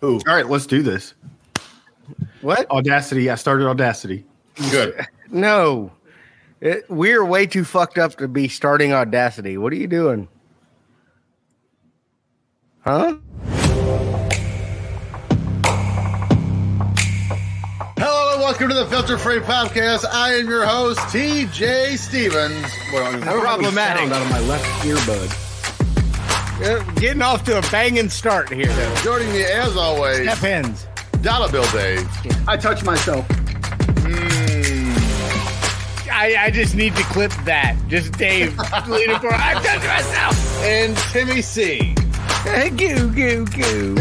Who? All right, let's do this. What? Audacity. I started Audacity. Good. No. It, we're way too fucked up to be starting Audacity. What are you doing? Huh? Hello and welcome to the Filter Frame Podcast. I am your host, TJ Stevens. Well, I'm- Problematic. Sound out of my left earbud. Uh, Getting off to a banging start here. Joining me as always, That ends. Dollar Bill Dave. I touch myself. I, I just need to clip that. Just Dave leaning for I touched myself. And Timmy C. goo goo goo.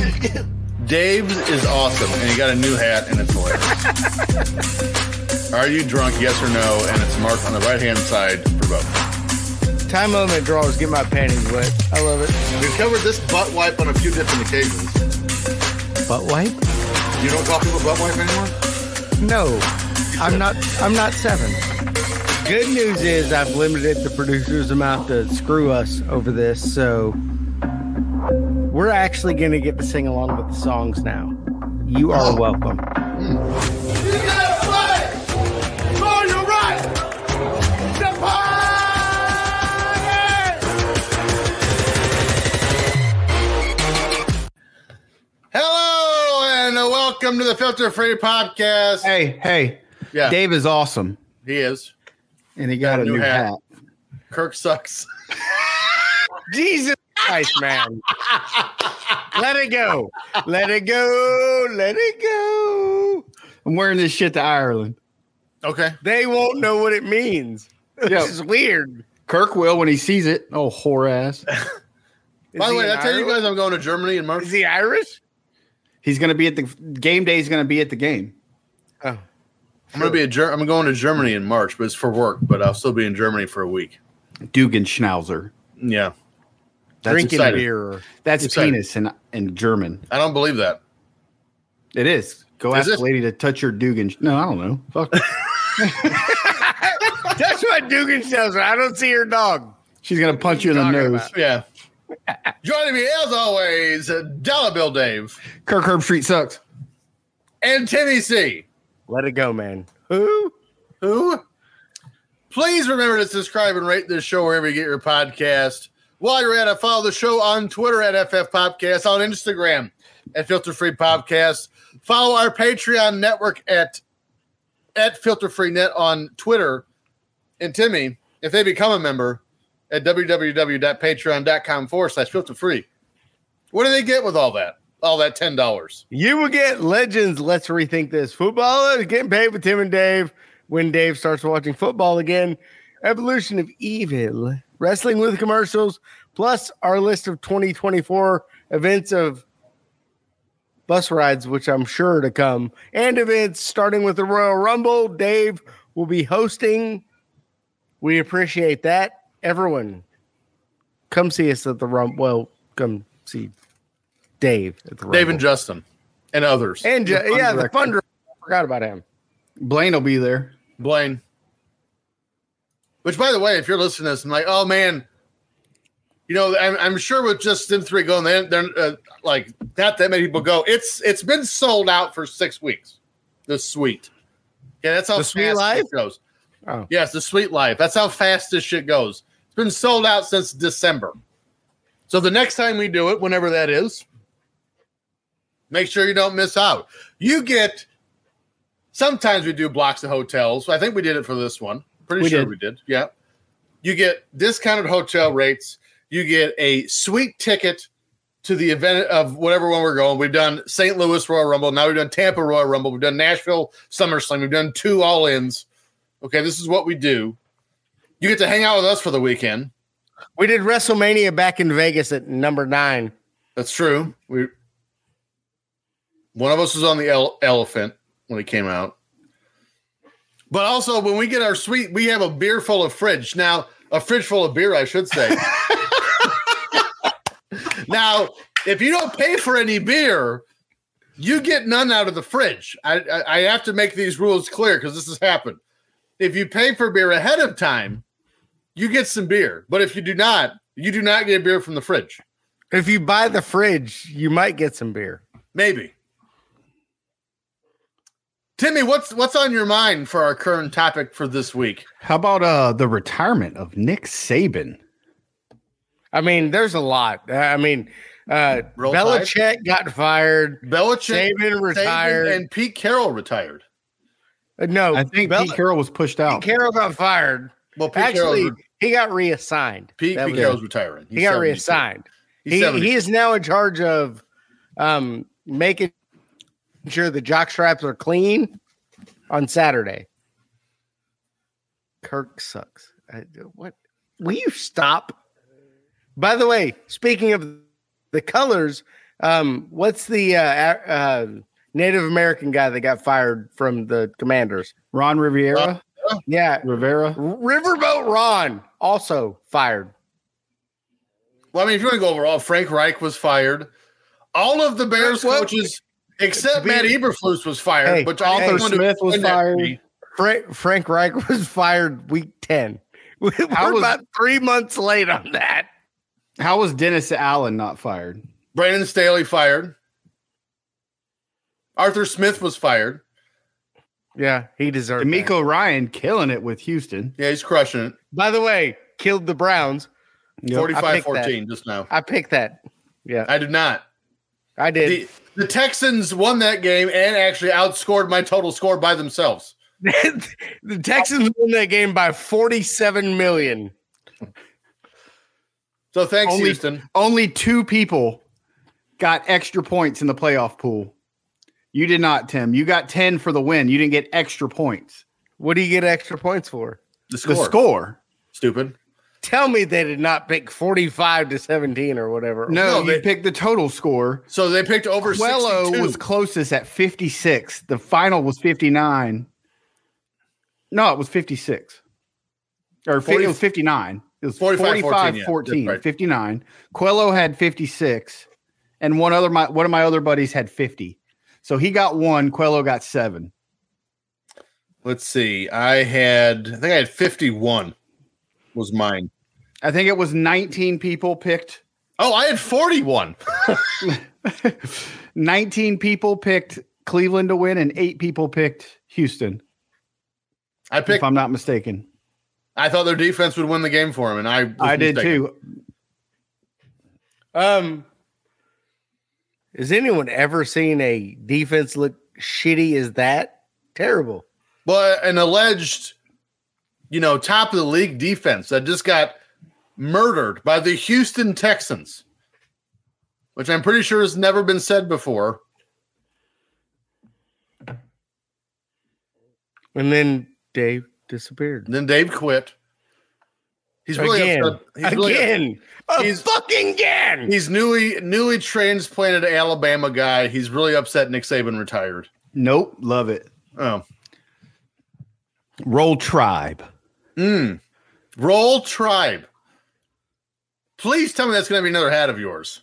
Dave's is awesome, and he got a new hat, and it's hilarious. Are you drunk? Yes or no? And it's marked on the right hand side for both. Time element drawers get my panties wet. I love it. We've covered this butt wipe on a few different occasions. Butt wipe? You don't call people butt wipe anymore? No, I'm not. I'm not seven. Good news is I've limited the producer's amount to screw us over this, so we're actually going to get to sing along with the songs now. You are welcome. Hello and welcome to the Filter Free Podcast. Hey, hey. yeah, Dave is awesome. he is. And he got a new, hat. Kirk sucks. Jesus Christ, man! Let it go. Let it go. Let it go. I'm wearing this shit to Ireland. Okay. They won't know what it means. Yeah. This is weird. Kirk will when he sees it. Oh, whore ass. Is By the he way, in did I tell you Ireland? guys I'm going to Germany in March. is he Irish? He's going to be at the game day. He's going to be at the game. Oh. I'm gonna be a Ger- I'm going to Germany in March, but it's for work. But I'll still be in Germany for a week. Dugan Schnauzer. Yeah, That's drinking exciting. beer. That's Excited. penis in, in German. I don't believe that. It is. Go Is ask it? the lady to touch your Dugan. No, I don't know. Fuck. That's what Dugan tells her. I don't see her dog. She's going to punch you in the Talking nose. about- Yeah. Joining me as always, Dollar Bill Dave Kirk Herb Street sucks. and Timmy C. Let it go, man. Who? Who? Please remember to subscribe and rate this show wherever you get your podcast. While you're at it, follow the show on Twitter at FF Podcast, on Instagram at Filter Free Podcast. Follow our Patreon network at at Filter Free Net on Twitter. And Timmy, if they become a member at www.patreon.com forward slash filter free, what do they get with all that? All that ten dollars. You will get legends. Let's rethink this. Football is getting paid with Tim and Dave. When Dave starts watching football again, evolution of evil, wrestling with commercials, plus our list of 2024 events of bus rides, which I'm sure to come, and events starting with the Royal Rumble. Dave will be hosting. We appreciate that. Everyone, come see us at the Rumble. Well, come see Dave at the Rumble. Dave and Justin and others. And ju- fund yeah, the director. funder. I forgot about him. Blaine will be there. Blaine. Which, by the way, if you're listening to this, I'm like, oh man, you know, I'm, I'm sure with just them three going, they're, they're uh, like not that many people go. It's it's been sold out for six weeks. The suite. Yeah, that's how The Suite fast Live? this goes. Oh. Yes, the sweet life. That's how fast this shit goes. It's been sold out since December. So the next time we do it, whenever that is, make sure you don't miss out. You get sometimes we do blocks of hotels. I think we did it for this one. Pretty We sure did. we did. Yeah. You get discounted hotel rates. You get a sweet ticket to the event of whatever one we're going. We've done St. Louis Royal Rumble. Now we've done Tampa Royal Rumble. We've done Nashville SummerSlam. We've done two all ins. Okay, this is what we do. You get to hang out with us for the weekend. We did WrestleMania back in Vegas at number nine. That's true. We one of us was on the ele- elephant when it came out. But also, when we get our suite, we have a beer full of fridge. Now, a fridge full of beer, I should say. now, if you don't pay for any beer, you get none out of the fridge. I, I, I have to make these rules clear because this has happened. If you pay for beer ahead of time, you get some beer. But if you do not, you do not get beer from the fridge. If you buy the fridge, you might get some beer. Maybe. Timmy, what's what's on your mind for our current topic for this week? How about uh the retirement of Nick Saban? I mean, there's a lot. I mean, uh, Roll Belichick got fired. Belichick Saban Saban, retired. and Pete Carroll retired. Uh, no, I think Bel- Pete Carroll was pushed out. Carroll got fired. Well, Pete Actually, Carroll's, re- he got reassigned. Pete, That Pete was- Carroll's retiring. he got 72. reassigned. He's He, 72. he is now in charge of um, making sure the jock straps are clean on Saturday. Kirk sucks. I, what? Will you stop? By the way, speaking of the colors, um, what's the uh, a- uh, Native American guy that got fired from the Commanders? Ron Riviera, Uh, Yeah, Rivera. Riverboat Ron also fired. Well, I mean, if you want to go overall, Frank Reich was fired. All of the Bears Well, coaches, except be- Matt Eberflus, was fired. Hey, but all hey, the one who- Smith was in that fired. week- Frank, Frank Reich was fired week 10. We're How was- about three months late on that. How was Dennis Allen not fired? Brandon Staley fired. Arthur Smith was fired. Yeah, he deserved D'Amico. D'Amico Ryan killing it with Houston. Yeah, he's crushing it. By the way, killed the Browns. Yep. I 45 picked that. 14 just now. I picked that. Yeah, I did not. I did. The, the Texans won that game and actually outscored my total score by themselves. The, Texans won that game by 47 million. So thanks, Only- Houston. Only two people got extra points in the playoff pool. You did not, Tim. You got 10 for the win. You didn't get extra points. What do you get extra points for? The score. The score. Stupid. Tell me they did not pick 45 to 17 or whatever. No, No, you they- picked the total score. So they picked over Quello 62. was closest at 56. The final was 59. No, it was 56. Or fi- it was 59. It was 45, 45, 14, yeah. 14, That's right. 59. Quello had 56. And one other my one of my other buddies had 50. So he got one, Quello got seven. Let's see. I had, I think I had 51 was mine. I think it was 19 people picked. Oh, I had 41. 19 people picked Cleveland to win, and eight people picked Houston, I if picked, I'm not mistaken. I thought their defense would win the game for him, and I, was I did mistaken. too. Um, has anyone ever seen a defense look shitty as that? Terrible. Well, an alleged, you know, top of the league defense that just got murdered by the Houston Texans, which I'm pretty sure has never been said before. And then Dave disappeared. And then Dave quit. He's really again. upset. He's really upset. again. a He's- fucking again. He's newly newly transplanted Alabama guy. He's really upset Nick Saban retired. Nope, love it. Oh. Roll Tribe. Mm. Roll Tribe. Please tell me that's going to be another hat of yours.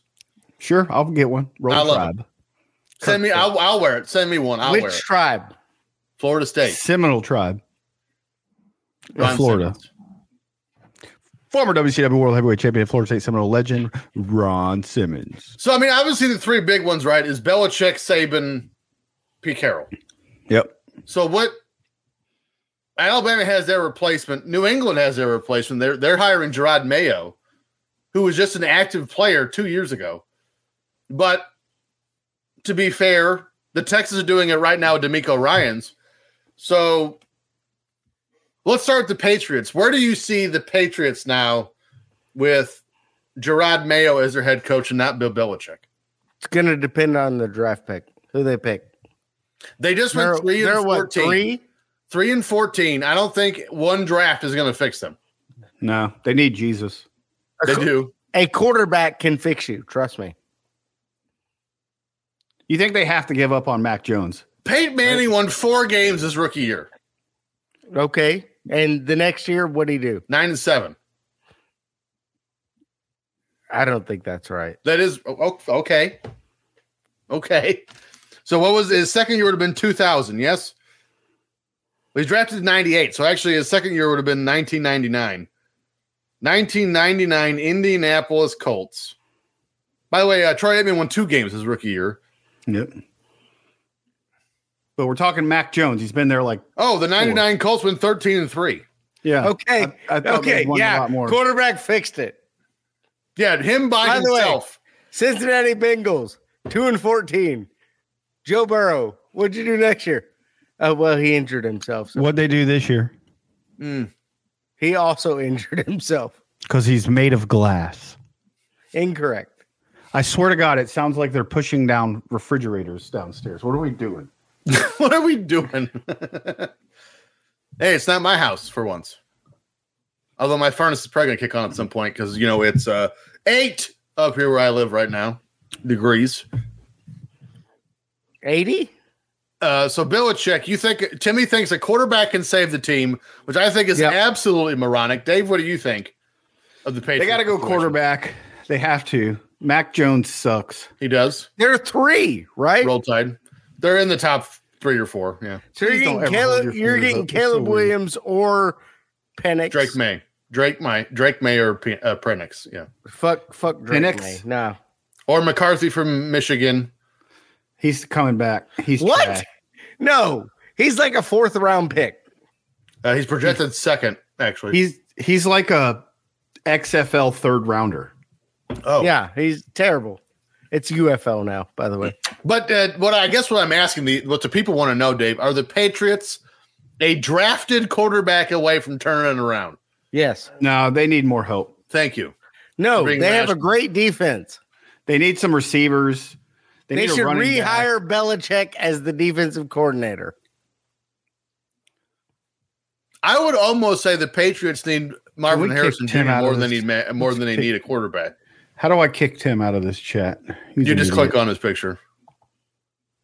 Sure, I'll get one. Roll I love Tribe. Send me. I'll, I'll wear it. Send me one. I'll wear Which it. tribe? Florida State. Seminole Tribe. Ron Florida. Simmons. Former WCW World Heavyweight Champion, Florida State Seminole legend Ron Simmons. So I mean, obviously the three big ones, right? Is Belichick, Saban, Pete Carroll. Yep. So what? Alabama has their replacement. New England has their replacement. They're they're hiring Gerard Mayo, who was just an active player two years ago. But to be fair, the Texans are doing it right now with D'Amico Ryan's. So let's start with the Patriots. Where do you see the Patriots now with Gerard Mayo as their head coach and not Bill Belichick? It's going to depend on the draft pick. Who they pick? They just went three and they're what, 14. three? three and 14. I don't think one draft is going to fix them. No, they need Jesus. They do. A quarterback can fix you. Trust me. You think they have to give up on Mac Jones? Peyton Manning won four games his rookie year, Okay. And the next year, what do you do? nine and seven. I don't think that's right. That is o- o- okay. Okay. So what was his second year would have been 2000, yes? Well, he drafted in 98. So actually his second year would have been 1999. 1999 Indianapolis Colts. By the way, uh, Troy Aikman won two games his rookie year. Yep. But we're talking Mac Jones. He's been there like Oh, the 99 Colts win 13 and 3. yeah. Okay. I- I thought we okay. won a Yeah. lot more. Quarterback fixed it. Yeah, him by, By the way- himself. Cincinnati Bengals, two and fourteen. Joe Burrow, what'd you do next year? Uh, well, he injured himself. So What they do this year? hmm. Mm. he also injured himself. Because he's made of glass. Incorrect. I swear to God, it sounds like they're pushing down refrigerators downstairs. What are we doing? what are we doing? hey, it's not my house for once. Although my furnace is probably gonna kick on at some point because you know it's uh eight up here where I live right now degrees. Eighty. Uh, so Belichick, you think Timmy thinks a quarterback can save the team, which I think is Yep. absolutely moronic. Dave, what do you think of the Patriots? They got to go situation? quarterback. They have to. Mac Jones sucks. He does. There are three, right? Roll Tide. They're in the top three or four. Yeah. so you're Please don't getting ever hold your Caleb, you're fingers getting up. That's so Caleb weird. Williams or Penix. Drake May. Drake May. Drake May or P- uh, Prenix. Yeah. Fuck, fuck Drake Penix? May. No. Or McCarthy from Michigan. He's coming back. He's What? trash. No. He's like a fourth round pick. Uh, he's projected second, actually. He's he's like a XFL third rounder. oh, Yeah, he's terrible. It's UFO now, by the way. But uh, what I guess what I'm asking the what the people want to know, Dave, are the Patriots a drafted quarterback away from turning it around? Yes. No, they need more help. Thank you. No, Being they have a rational. great defense. They need some receivers. They, They need a should running back. rehire Belichick as the defensive coordinator. I would almost say the Patriots need Marvin Can we Harrison kick Tim Jr. out more of than they this? need ma- more than they need a quarterback. How do I kick Tim out of this chat? He's You an just idiot. click on his picture.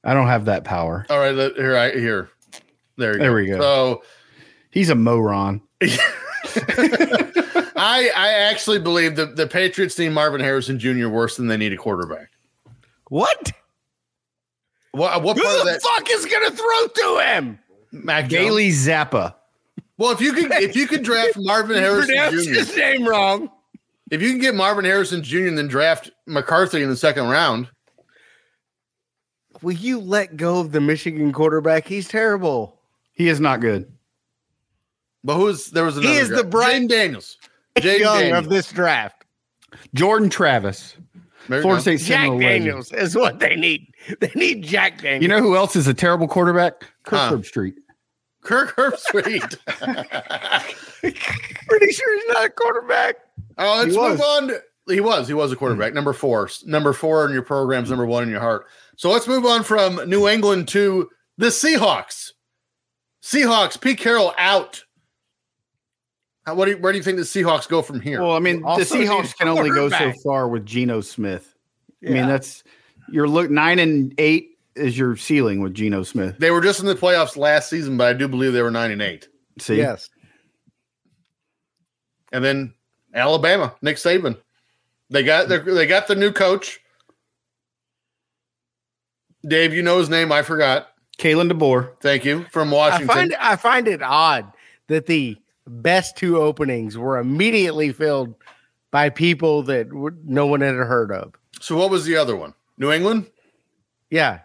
I don't have that power. All right, let- here I here. There, you There go. we go. So He's a moron. I I actually believe that the Patriots need Marvin Harrison Jr. worse than they need a quarterback. What? What what Who part of the that? fuck is gonna throw to him? Mac Jones? Daily Zappa. Well, if you could if you could draft Marvin Harrison Pronounce Jr. his name wrong. If you can get Marvin Harrison Jr. and then draft McCarthy in the second round, Will you let go of the Michigan quarterback? He's terrible. He is not good. but who's there was another is guy. the bright- Jaden Daniels. Jaden Young Daniels. of this draft. Jordan Travis, There you Florida go. State Jack Seminole. legend. Daniels is what they need. They need Jack Daniels. You know who else is a terrible quarterback? Kirk Huh. Street. Kirk Uh, Herbstreit. pretty sure he's not a quarterback. oh, let's He was. move on. to- he was. He was a Hmm. quarterback. Number four. Number four in your programs. Number one in your heart. So let's move on from New England to the Seahawks. Seahawks. Pete Carroll out. How, what do you, where do you think the Seahawks go from here? Well, I mean, the Also need Seahawks can only go so quarterback. far with Geno Smith. I Yeah. mean, that's your look nine and eight is your ceiling with Geno Smith. they were just in the playoffs last season, but I do believe they were nine and eight. See, Yes. and then Alabama, Nick Saban. They got their, they got the new coach. Dave, you know his name. I forgot. Kalen DeBoer. Thank you from I Washington. find I find it odd that the best two openings were immediately filled by people that w- no one had heard of. so what was the other one? New England. Yeah,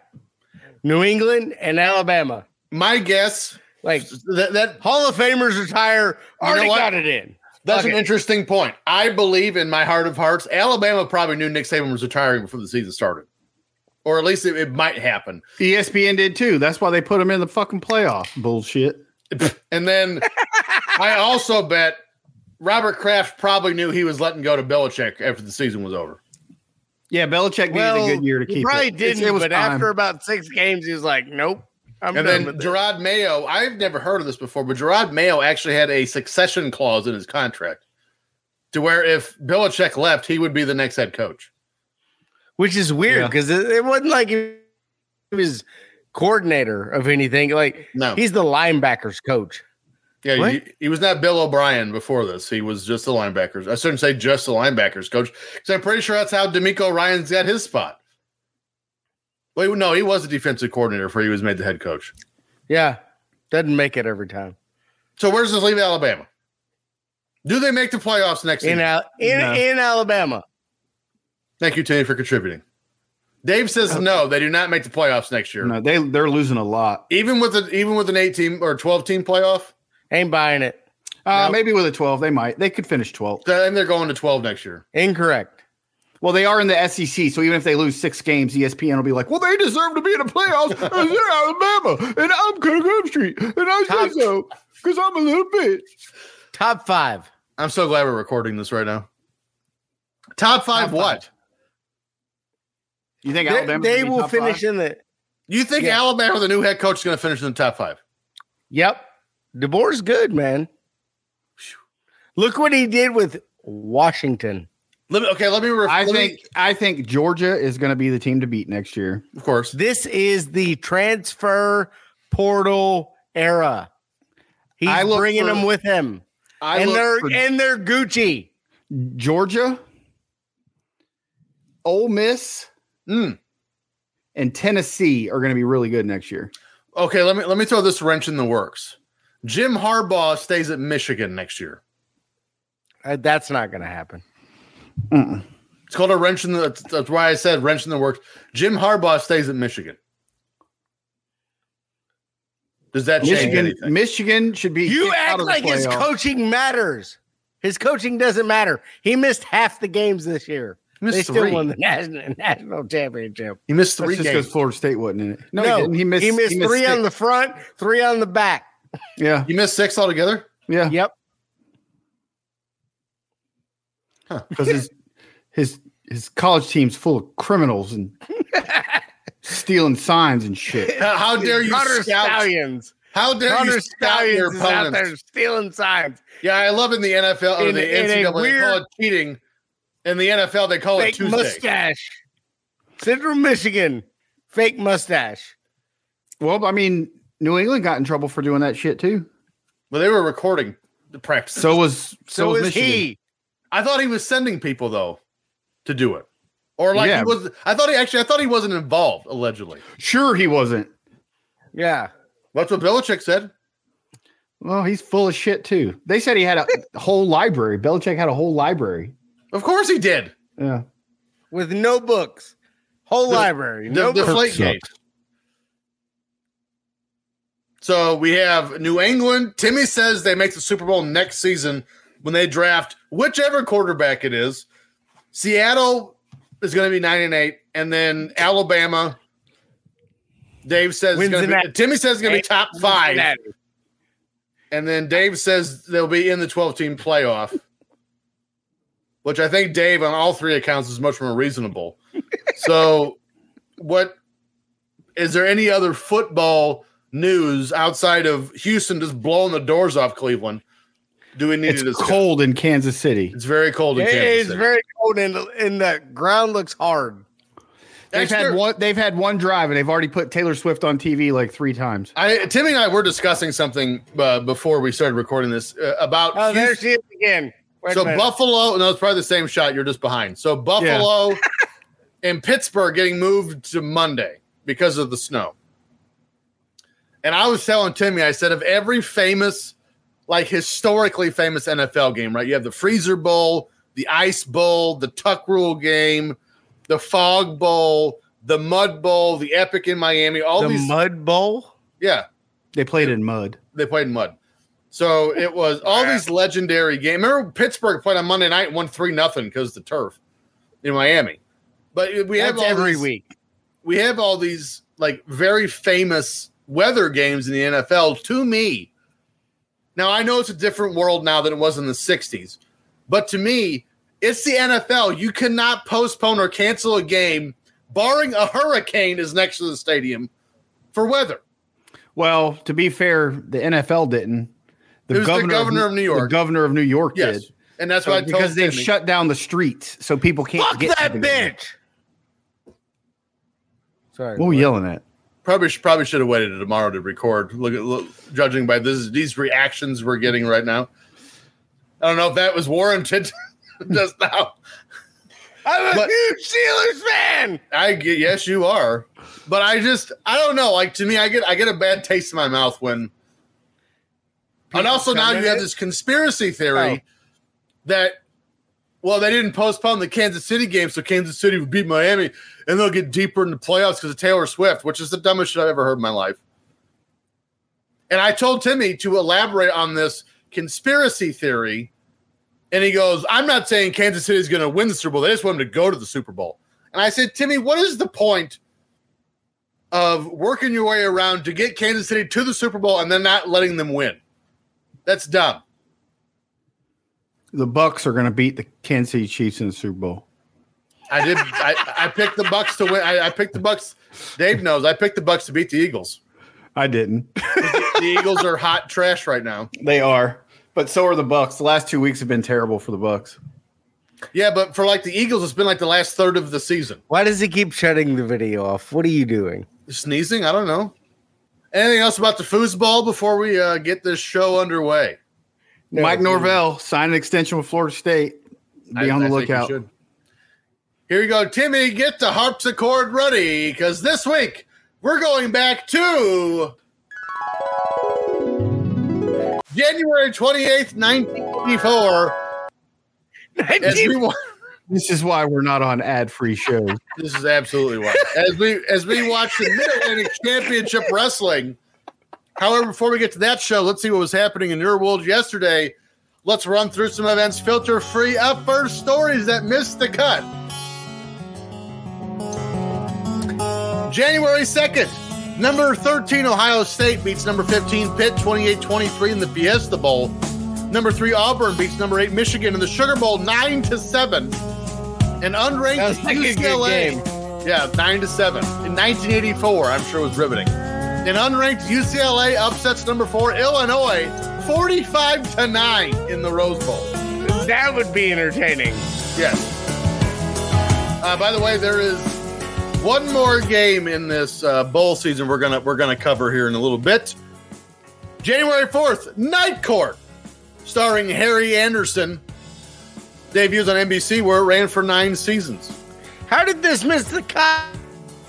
New England and Alabama. My guess Like that, that Hall of Famers retire know already what? got it in. that's Okay. an interesting point. I believe in my heart of hearts, Alabama probably knew Nick Saban was retiring before the season started, or at least it, it might happen. ESPN did too. That's why they put him in the fucking playoff. Bullshit. And then I also bet Robert Kraft probably knew he was letting go to Belichick after the season was over. Yeah, Belichick Well, needed a good year to he keep probably it. didn't. It- it was but time. after about six games, he was like, "Nope." I'm done And then with Gerard Mayo, I've never heard of this before, but Gerard Mayo actually had a succession clause in his contract to where if Belichick left, he would be the next head coach. it. which is weird Yeah. because it, it wasn't like he was coordinator of anything. Like No, he's the linebackers coach. yeah, what? he, he was not Bill O'Brien before this. He was just the linebackers. I shouldn't say just the linebackers coach because I'm pretty sure that's how D'Amico Ryan's got his spot. Wait, no, he was the defensive coordinator before he was made the head coach. Yeah, doesn't make it every time. So where does this leave Alabama? Do they make the playoffs next in season? Al- in, No. in Alabama. Thank you, Timmy, for contributing. Dave says no, they do not make the playoffs next year. No, they they're losing a lot. Even with the even with an eight team or twelve team playoff, Ain't buying it. Uh, Nope. Maybe with a twelve, they might. They could finish twelve. then they're going to twelve next year. Incorrect. Well, they are in the SEC, so even if they lose six games, E ESPN will be like, "Well, they deserve to be in the playoffs." and they're Alabama, and I'm Kirk Herbstreit, and I Top- say so because I'm a little bitch. Top five. I'm so glad we're recording this right now. Top Top five, five. what? You think They, Alabama? they will finish in the. You think Yeah. Alabama with a new head coach is going to finish in the top five? Yep. DeBoer's good, man. Look what he did with Washington. Let me, okay, let me. Ref- I let me- think I think Georgia is going to be the team to beat next year. of course. This is the transfer portal era. He's I look bringing for- them with him, I and look they're for- and they're Gucci. Georgia, Ole Miss, Mm. and Tennessee are going to be really good next year. okay. Let me let me throw this wrench in the works. Jim Harbaugh stays at Michigan next year. Uh, That's not going to happen. It's called a wrench in the. That's, that's why I said wrench in the works. Jim Harbaugh stays at Michigan. Does that change Michigan, anything? Michigan should be. You kicked out act of the like his playoff. coaching matters. His coaching doesn't matter. He missed half the games this year. He missed they three. still won the national, national championship. He missed That's three just games. because Florida State wasn't in it. No, No, he, didn't. he missed. three six. on the front, three on the back. Yeah, You missed six altogether. yeah. Yep. Because his his his college team's full of criminals and stealing signs and shit. How, how dare you Connor scout? Stallions. How dare Connor you scout your Stallions is out opponents? there stealing signs. Yeah, I love in the NFL or In- the in a NCAA they call weird- it cheating. In the NFL, they call it Fake Tuesday. mustache. Central Michigan. Fake mustache. Well, I mean, New England got in trouble for doing that shit too. Well, they were recording the practice. So was so, So, was is Michigan. he. I thought he was sending people though to do it, or like Yeah. he was. I thought he actually. I thought he wasn't involved allegedly. Sure, he wasn't. Yeah. That's what Belichick said. Well, he's full of shit too. They said he had a whole library. Belichick had a whole library. Of course he did. Yeah, With no books. Whole The- library. The, No the books. flake gate. So we have New England. Timmy says they make the Super Bowl next season when they draft whichever quarterback it is. Seattle is going to be nine and eight, and then Alabama. Dave says it's gonna be, Cincinnati. Timmy says it's going to be top five, Cincinnati. and then Dave says they'll be in the twelve team playoff. Which I think Dave, on all three accounts, is much more reasonable. so, what is there any other football news outside of Houston just blowing the doors off Cleveland? Do we need it's to discuss? cold in Kansas City. It's very cold in It Kansas is City. very cold and, and the ground looks hard. They've had Extra- one. They've had one drive, and they've already put Taylor Swift on TV like three times. I, Timmy and I were discussing something uh, before we started recording this uh, about Oh, there Houston- she is again. Wait a so minute. Buffalo. No, it's probably the same shot. You're just behind. So Buffalo and Pittsburgh getting moved to Monday because of the snow. And I was telling Timmy, I said of every famous, like historically famous NFL game, right? You have the Freezer Bowl, the Ice Bowl, the Tuck Rule game, the Fog Bowl, the Mud Bowl, the Epic in Miami. All the these, Mud Bowl. yeah They played in mud. they played in mud. So it was all these legendary games. Remember Pittsburgh played on Monday night and won three nothing because the turf in Miami. But we have That's all every these, week. We have all these like very famous weather games in the NFL. To me, now I know it's a different world now than it was in the '60s, but to me, it's the NFL. You cannot postpone or cancel a game, barring a hurricane is next to the stadium for weather. Well, to be fair, the NFL didn't. It was the governor of New The York. governor of New York Yes, did. and that's So- Oh, what I told because they've Timmy. shut down the streets, so people can't Fuck get that to the game. bitch. Sorry. What were you yelling at? Probably should, probably should have waited to tomorrow to record. Look at look, judging by this these reactions we're getting right now. I don't know if that was warranted just now. I'm a But- huge Steelers fan. I get yes, you are, but I just I don't know. Like to me, I get I get a bad taste in my mouth when. and also now come in you have it? this conspiracy theory that well, they didn't postpone the Kansas City game, so Kansas City would beat Miami, and they'll get deeper in the playoffs because of Taylor Swift, which is the dumbest shit I've ever heard in my life. And I told Timmy to elaborate on this conspiracy theory, and he goes, "I'm not saying Kansas City is going to win the Super Bowl. They just want them to go to the Super Bowl." And I said, "Timmy, what is the point of working your way around to get Kansas City to the Super Bowl and then not letting them win? That's dumb." The Bucks are going to beat the Kansas City Chiefs in the Super Bowl. I did. I, I picked the Bucks to win. I, I picked the Bucks. Dave knows. I picked the Bucks to beat the Eagles. I didn't. The Eagles are hot trash right now. they are, but so are the Bucks. The last two weeks have been terrible for the Bucks. Yeah, but for like the Eagles, it's been like the last third of the season. Why does he keep shutting the video off? What are you doing? Sneezing. I don't know. Anything else about the foosball before we uh, get this show underway? No, Mike he- Norvell signed an extension with Florida State. Be I- on the I think you lookout. should. Here you go, Timmy. Get the harpsichord ready because this week we're going back to January 28th, 1984. As we wa- This is why we're not on ad-free shows. This is absolutely why. As we as we watch the Mid Atlantic Championship Wrestling. However, before we get to that show, let's see what was happening in your world yesterday. Let's run through some events, filter free, up first stories that missed the cut. January 2nd, number 13 Ohio State beats number 15 Pitt 28 23 in the Fiesta Bowl. Number 3 Auburn beats number 8 Michigan in the Sugar Bowl 9 to 7. And That unranked was like a good UCLA. game. Yeah, 9 to 7. In 1984, I'm sure it was riveting. And unranked UCLA upsets number 4 Illinois 45 to 9 in the Rose Bowl. That would be entertaining. Yes. Uh, by the way, there is one more game in this uh, bowl season we're gonna we're gonna cover here in a little bit. January fourth, Night Court, starring Harry Anderson, debuts on NBC where it ran for nine seasons. How did this miss the cut?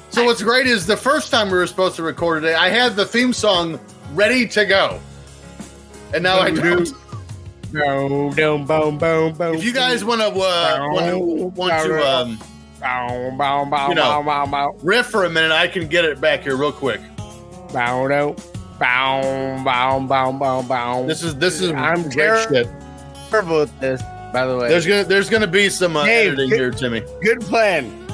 So what's great is the first time we were supposed to record today, I had the theme song ready to go, and now I don't. No, boom, boom, boom, boom. If you guys want to uh, wanna, want to um, boom, boom, boom, you know. boom, boom, riff for a minute, I can get it back here real quick. Bow no. Bow, bow, bow, bow, bow. This is this is I'm great terrible. shit. terrible at this, by the way. There's gonna there's gonna be some uh, Dave, editing get- here, Timmy. Well, good plan.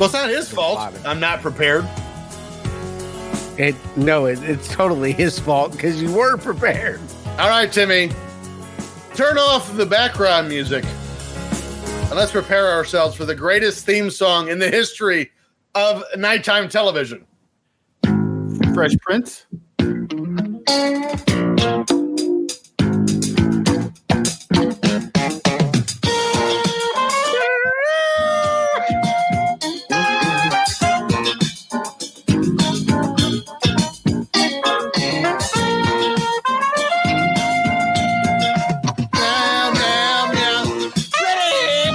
it's not his fault. Bobby. I'm not prepared. It no, it, it's totally his fault because you were prepared. All right, Timmy, turn off the background music and let's prepare ourselves for the greatest theme song in the history of nighttime television. Fresh Prince. Meow, meow, meow.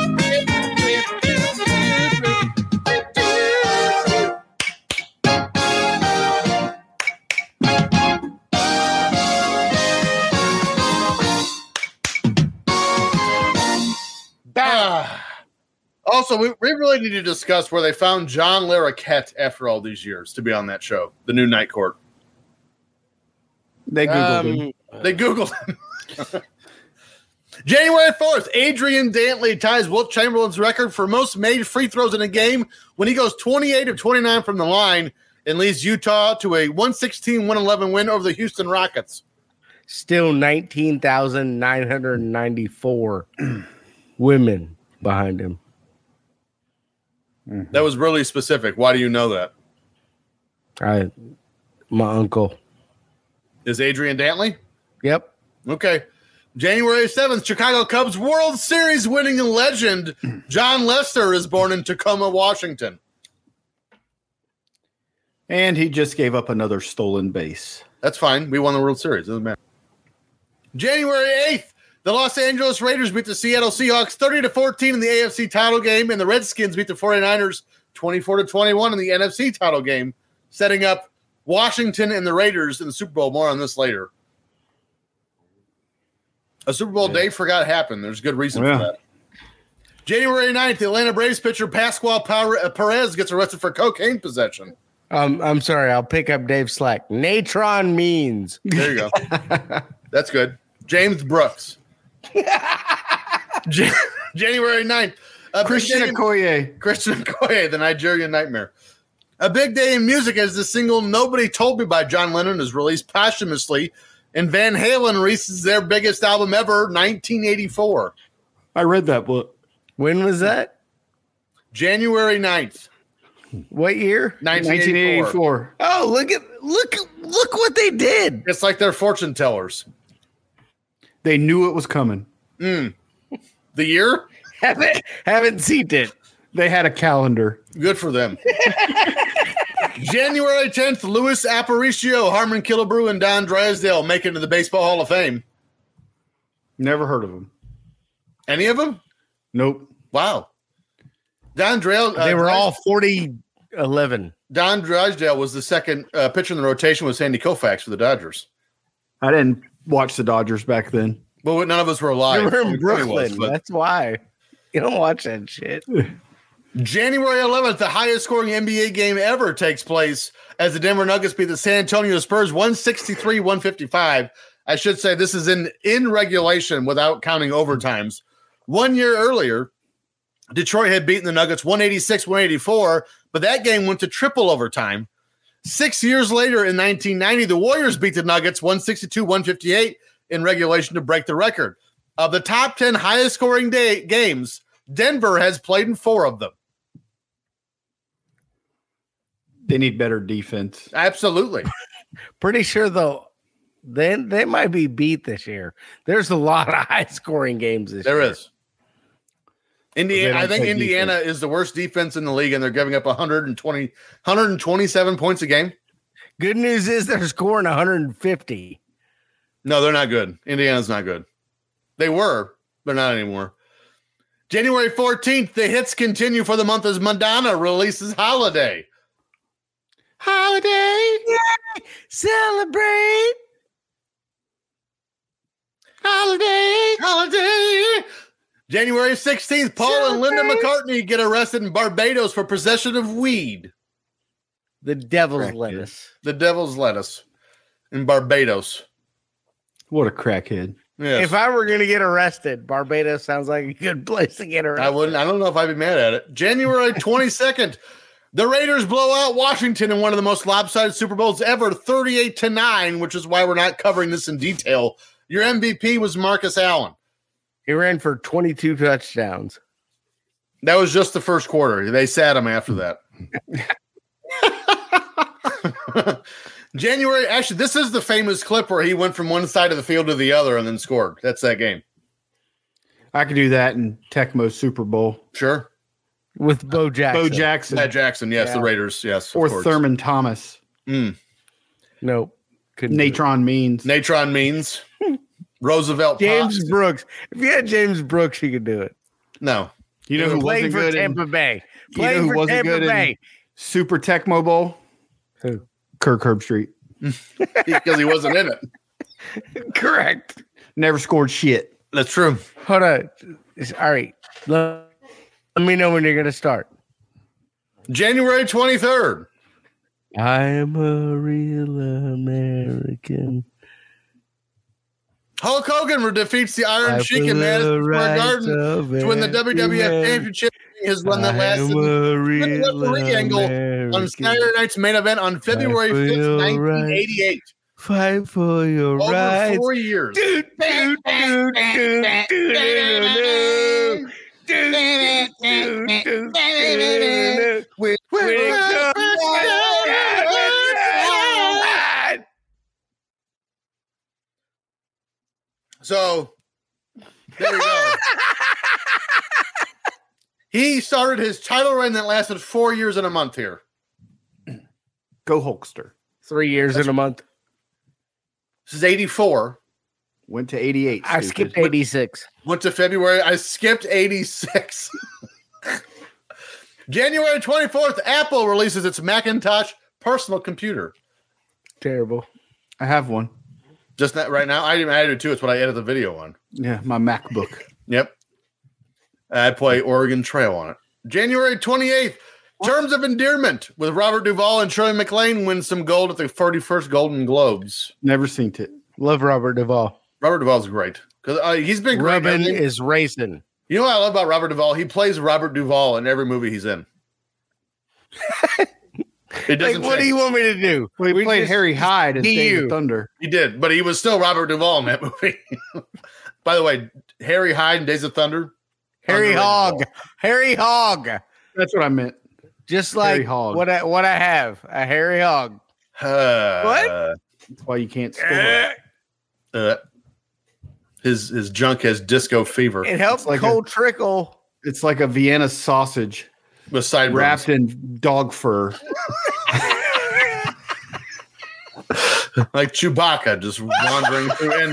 Ah. Also, we, we really need to discuss where they found John Larroquette after all these years to be on that show, the new Night Court. They googled him. Um, They Googled him. January 4th, Adrian Dantley ties Wilt Chamberlain's record for most made free throws in a game when he goes 28 of 29 from the line and leads Utah to a 116 111 win over the Houston Rockets. still nineteen thousand nine hundred ninety four women behind him. That was really specific. Why do you know that? I, my uncle. Is Adrian Dantley? Yep. Okay. January 7th, Chicago Cubs World Series winning legend John Lester is born in Tacoma, Washington. And he just gave up another stolen base. That's fine. We won the World Series. Doesn't matter. January 8th, the Los Angeles Raiders beat the Seattle Seahawks 30 to 14 in the AFC title game, and the Redskins beat the 49ers 24 to 21 in the NFC title game, setting up Washington and the Raiders in the Super Bowl. More on this later. A Super Bowl day forgot happened. There's good reason Yeah. for that. January 9th, the Atlanta Braves pitcher Pascual Pare- Perez gets arrested for cocaine possession. Um, I'm sorry. I'll pick up Dave Slack. Natron means There you go. That's good. James Brooks. Jan- January 9th. A big Christian day in- Okoye. Christian Okoye, the Nigerian Nightmare. A big day in music as the single Nobody Told Me by John Lennon is released posthumously, and Van Halen releases their biggest album ever, 1984. I read that book. when was that? January 9th, What year? 1984. 1984. Oh, look at look look what they did. It's like they're fortune tellers. They knew it was coming. The year? Haven't haven't seen it. They had a calendar. Good for them. January 10th, Louis Aparicio, Harmon Killebrew, and Don Drysdale make it to the Baseball Hall of Fame. Never heard of them. Any of them? Nope. Wow. Don Drysdale. They were all 40 11. Don Drysdale was the second uh, pitcher in the rotation with Sandy Koufax for the Dodgers. I didn't watch the Dodgers back then. But none of us were They alive. were in Everybody Brooklyn. was, but- That's why. You don't watch that shit. January 11th, the highest scoring NBA game ever takes place as the Denver Nuggets beat the San Antonio Spurs 163 155. I should say this is in, in regulation without counting overtimes. One year earlier, Detroit had beaten the Nuggets 186 184, but that game went to triple overtime. Six years later in 1990, the Warriors beat the Nuggets 162 158 in regulation to break the record. Of the top 10 highest scoring day, games, Denver has played in four of them. They need better defense. Absolutely. Pretty sure though, they they might be beat this year. There's a lot of high scoring games this There year. is. Indiana, They don't I think play Indiana is the worst defense in the league, and they're giving up 120, 127 points a game. Good news is they're scoring 150. No, they're not good. Indiana's not good. They were, they're not anymore. January 14th, the hits continue for the month as Madonna releases Holiday. Holiday. Celebrate. Holiday. Holiday. January 16th, Paul and Linda McCartney get arrested in Barbados for possession of weed. The devil's Correct, lettuce. The devil's lettuce in Barbados. What a crackhead. Yes. If I were going to get arrested, Barbados sounds like a good place to get arrested. I wouldn't. I don't know if I'd be mad at it. January 22nd, the Raiders blow out Washington in one of the most lopsided Super Bowls ever, 38 to 9, which is why we're not covering this in detail. Your MVP was Marcus Allen. He ran for 22 touchdowns. That was just the first quarter. They sat him after that. January, actually, this is the famous clip where he went from one side of the field to the other and then scored. That's that game. I could do that in Tecmo Super Bowl. Sure. with Bo Jackson. Bo Jackson Matt Jackson. Yes, the Yeah. Raiders. Yes. of or course. Thurman Thomas. Mm. Nope. Couldn't do it. Natron means. Natron means Roosevelt. James Potts. Brooks. If you had James Brooks, you could do it. No. you know who played wasn't for good in Tampa Bay. you know Played who for wasn't Tampa good in- Bay. Super Tecmo Bowl? Who? Kirk Herbstreit. because he wasn't in it. Correct. Never scored shit. That's true. Hold on. It's- All right. Let, let me know when you're going to start. January 23rd. I'm a real American. Hulk Hogan defeats the Iron Sheik in Madison Square Garden to win the WWF Championship. His run that lasted real referee angle on Saturday night's main event on February I 5th, feel 1988. Fight for your Over rights. four years. Doot, doot, doot, doot, doot, doot, doot, doot, doot, doot. Wake up, wake up. So there you go. he started his title reign that lasted four years and a month here. Go Hulkster. Three years in a month. This is 84. Went to 88. I stupid. skipped 86. Went to February. I skipped 86. January 24th, Apple releases its Macintosh personal computer. Terrible. I have one. Just that right now. I didn't add it too. It's what I edit the video on. Yeah, my MacBook. Yep. I play Oregon Trail on it. January 28th, Terms of Endearment with Robert Duvall and Shirley MacLaine wins some gold at the 41st Golden Globes. Never seen it. Love Robert Duvall. Robert Duvall's great because uh, he's been great. in Rubbin everything. is racing. You know what I love about Robert Duvall? He plays Robert Duvall in every movie he's in. it Like, doesn't. what do you want me to do? We, played just- Harry Hyde as be David you. Thunder. He did, but he was still Robert Duvall in that movie. By the way, Harry Hyde in Days of Thunder. Harry Underrated Hog. role. Harry Hog. That's what I meant. Just Harry like Hog. what I what I have. A Harry Hog. Uh, That's why you can't score. Eh. what? Uh, his his junk has disco fever It helps It's like cold trickle. It's like a Vienna sausage with sideburns. wrapped in dog fur. like Chewbacca just wandering through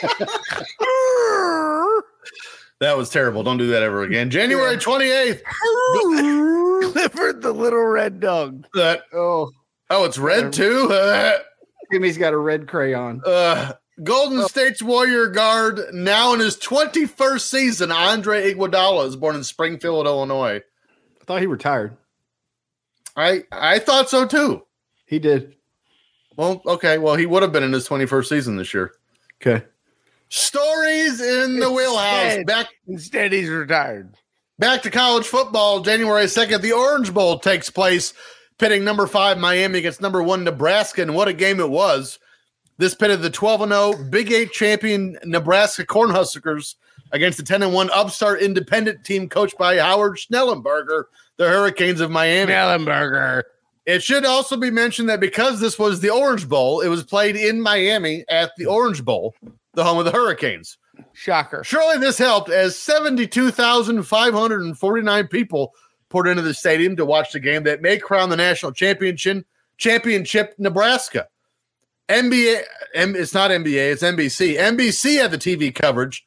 Endor. that was terrible. Don't do that ever again. January 28th. Clifford the little red dog. That, Oh, oh, it's Um, red too? Jimmy's got a red crayon. Uh, Golden oh. State's Warrior guard, now in his 21st season, Andre Iguodala is born in Springfield, Illinois. I thought he retired. I I thought so too. He did. Well, okay. Well, he would have been in his 21st season this year. Okay. Stories in the It's wheelhouse. dead. Back Instead, he's retired. back to college football. January 2nd, the Orange Bowl takes place, pitting number five Miami against number one Nebraska. And what a game it was! This pitted the 12 0 Big Eight champion Nebraska Cornhuskers against the 10 1 upstart independent team coached by Howard Schnellenberger, the Hurricanes of Miami. Mellenberger. It should also be mentioned that because this was the Orange Bowl, it was played in Miami at the Orange Bowl, the home of the Hurricanes. Shocker. Surely this helped as 72,549 people poured into the stadium to watch the game that may crown the national championship championship Nebraska. NBA M, it's not NBA, it's NBC. NBC had the TV coverage,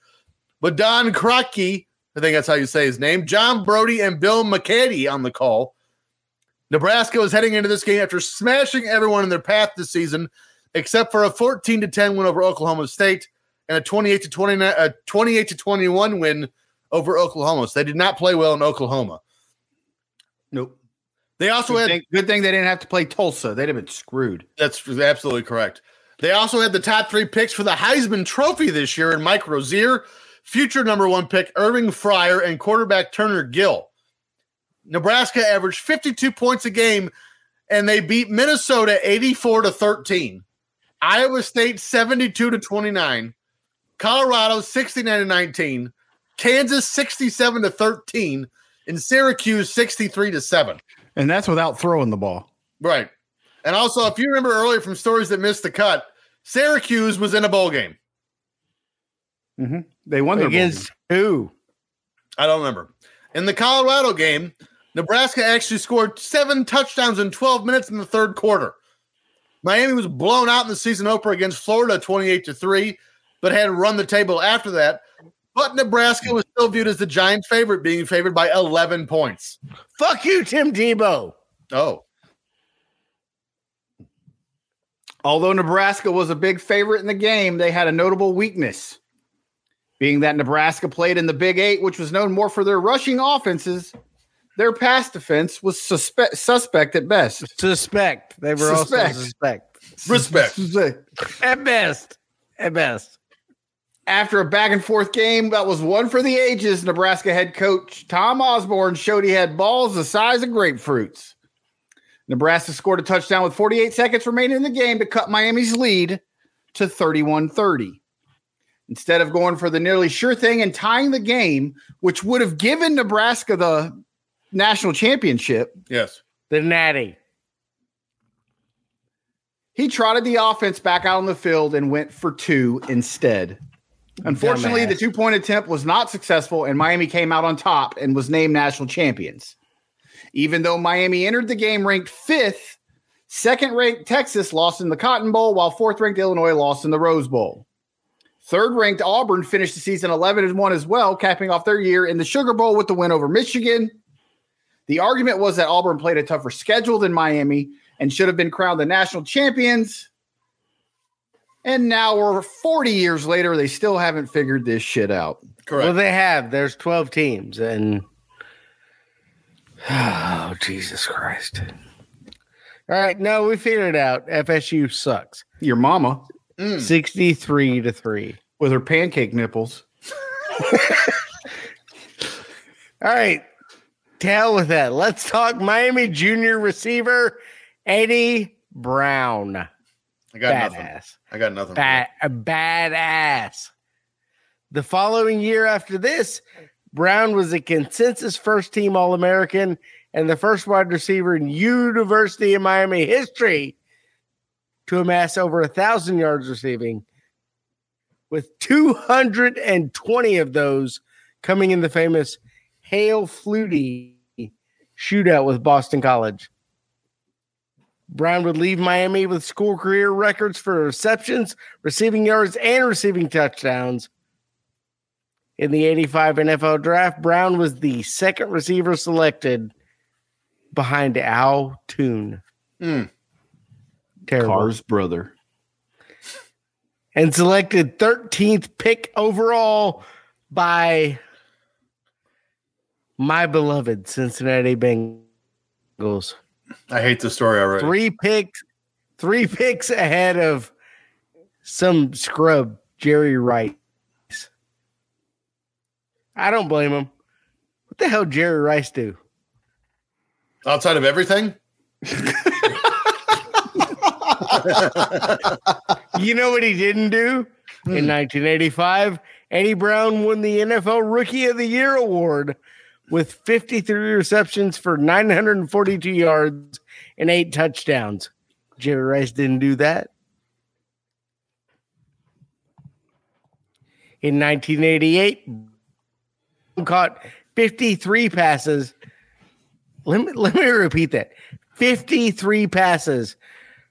but Don Crocky, I think that's how you say his name, John Brody and Bill McCady on the call. Nebraska was heading into this game after smashing everyone in their path this season, except for a 14 to 10 win over Oklahoma State and a 28 to 29 a 28 to 21 win over Oklahoma. So they did not play well in Oklahoma. Nope. They also Good had thing, good thing they didn't have to play Tulsa. They'd have been screwed. that's absolutely correct. They also had the top three picks for the Heisman Trophy this year in Mike Rozier, future number one pick Irving Fryer, and quarterback Turner Gill. Nebraska averaged 52 points a game, and they beat Minnesota 84 to 13. Iowa State 72 to 29. Colorado 69 to 19. Kansas 67 to 13. And Syracuse 63 to 7. And that's without throwing the ball. Right. And also, if you remember earlier from stories that missed the cut, Syracuse was in a bowl game. They won their bowl game. Against who? I don't remember. In the Colorado game, Nebraska actually scored seven touchdowns in 12 minutes in the third quarter. Miami was blown out in the season opener against Florida 28 to 3, but had run the table after that. But Nebraska was still viewed as the giant favorite, being favored by 11 points. Fuck you, Tim Tebow. Oh, Although Nebraska was a big favorite in the game, they had a notable weakness, being that Nebraska played in the Big Eight, which was known more for their rushing offenses. Their pass defense was suspe- suspect at best. Suspect. They were Suspect. also suspect. respect. At best. At best. After a back and forth game that was one for the ages, Nebraska head coach Tom Osborne showed he had balls the size of grapefruits. Nebraska scored a touchdown with 48 seconds remaining in the game to cut Miami's lead to 31 30. Instead of going for the nearly sure thing and tying the game, which would have given Nebraska the national championship, Yes. The natty. he trotted the offense back out on the field and went for two instead. Unfortunately, Dumbass. the two point attempt was not successful, and Miami came out on top and was named national champions. Even though Miami entered the game ranked fifth, second ranked Texas lost in the Cotton Bowl, while fourth ranked Illinois lost in the Rose Bowl. Third ranked Auburn finished the season 11 and 1 as well, capping off their year in the Sugar Bowl with the win over Michigan. The argument was that Auburn played a tougher schedule than Miami and should have been crowned the national champions. And now we're 40 years later, they still haven't figured this shit out. Correct. Well, they have. There's 12 teams, and oh Jesus Christ! All right, no, we figured it out. FSU sucks. Your mama Mm. 63 to three. with her pancake nipples. All right, to hell with that. Let's talk Miami junior receiver Eddie Brown. I got Badass. nothing. I got nothing. Bad, a badass. The following year after this, Brown was a consensus first team All American and the first wide receiver in University of Miami history to amass over a thousand yards receiving, with 220 of those coming in the famous Hale Flutie shootout with Boston College. Brown would leave Miami with school career records for receptions, receiving yards, and receiving touchdowns. In the 85 NFL draft, Brown was the second receiver selected behind Al Toon. Mm. Terrible. Car's brother. And selected 13th pick overall by my beloved Cincinnati Bengals. I hate the story already. three picks, three picks ahead of some scrub Jerry Rice. I don't blame him. What the hell did Jerry Rice do? Outside of everything, You know what he didn't do? In 1985, Eddie Brown won the NFL Rookie of the Year award with 53 receptions for 942 yards and eight touchdowns. Jerry Rice didn't do that. In 1988, Brown caught 53 passes. Let me, let me repeat that 53 passes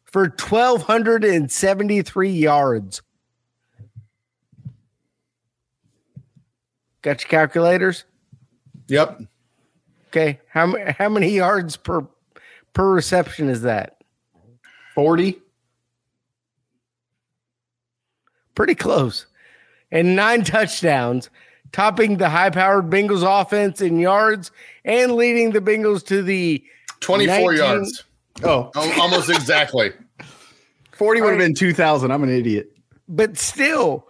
for 1,273 yards. Got your calculators? yep, Okay. How, ma- how many yards per per reception is that? 40. Pretty close. And nine touchdowns, topping the high powered Bengals offense in yards and leading the Bengals to the twenty-four 19 yards, Oh, Al- almost exactly. 40 would have been 2,000. I'm an idiot. but still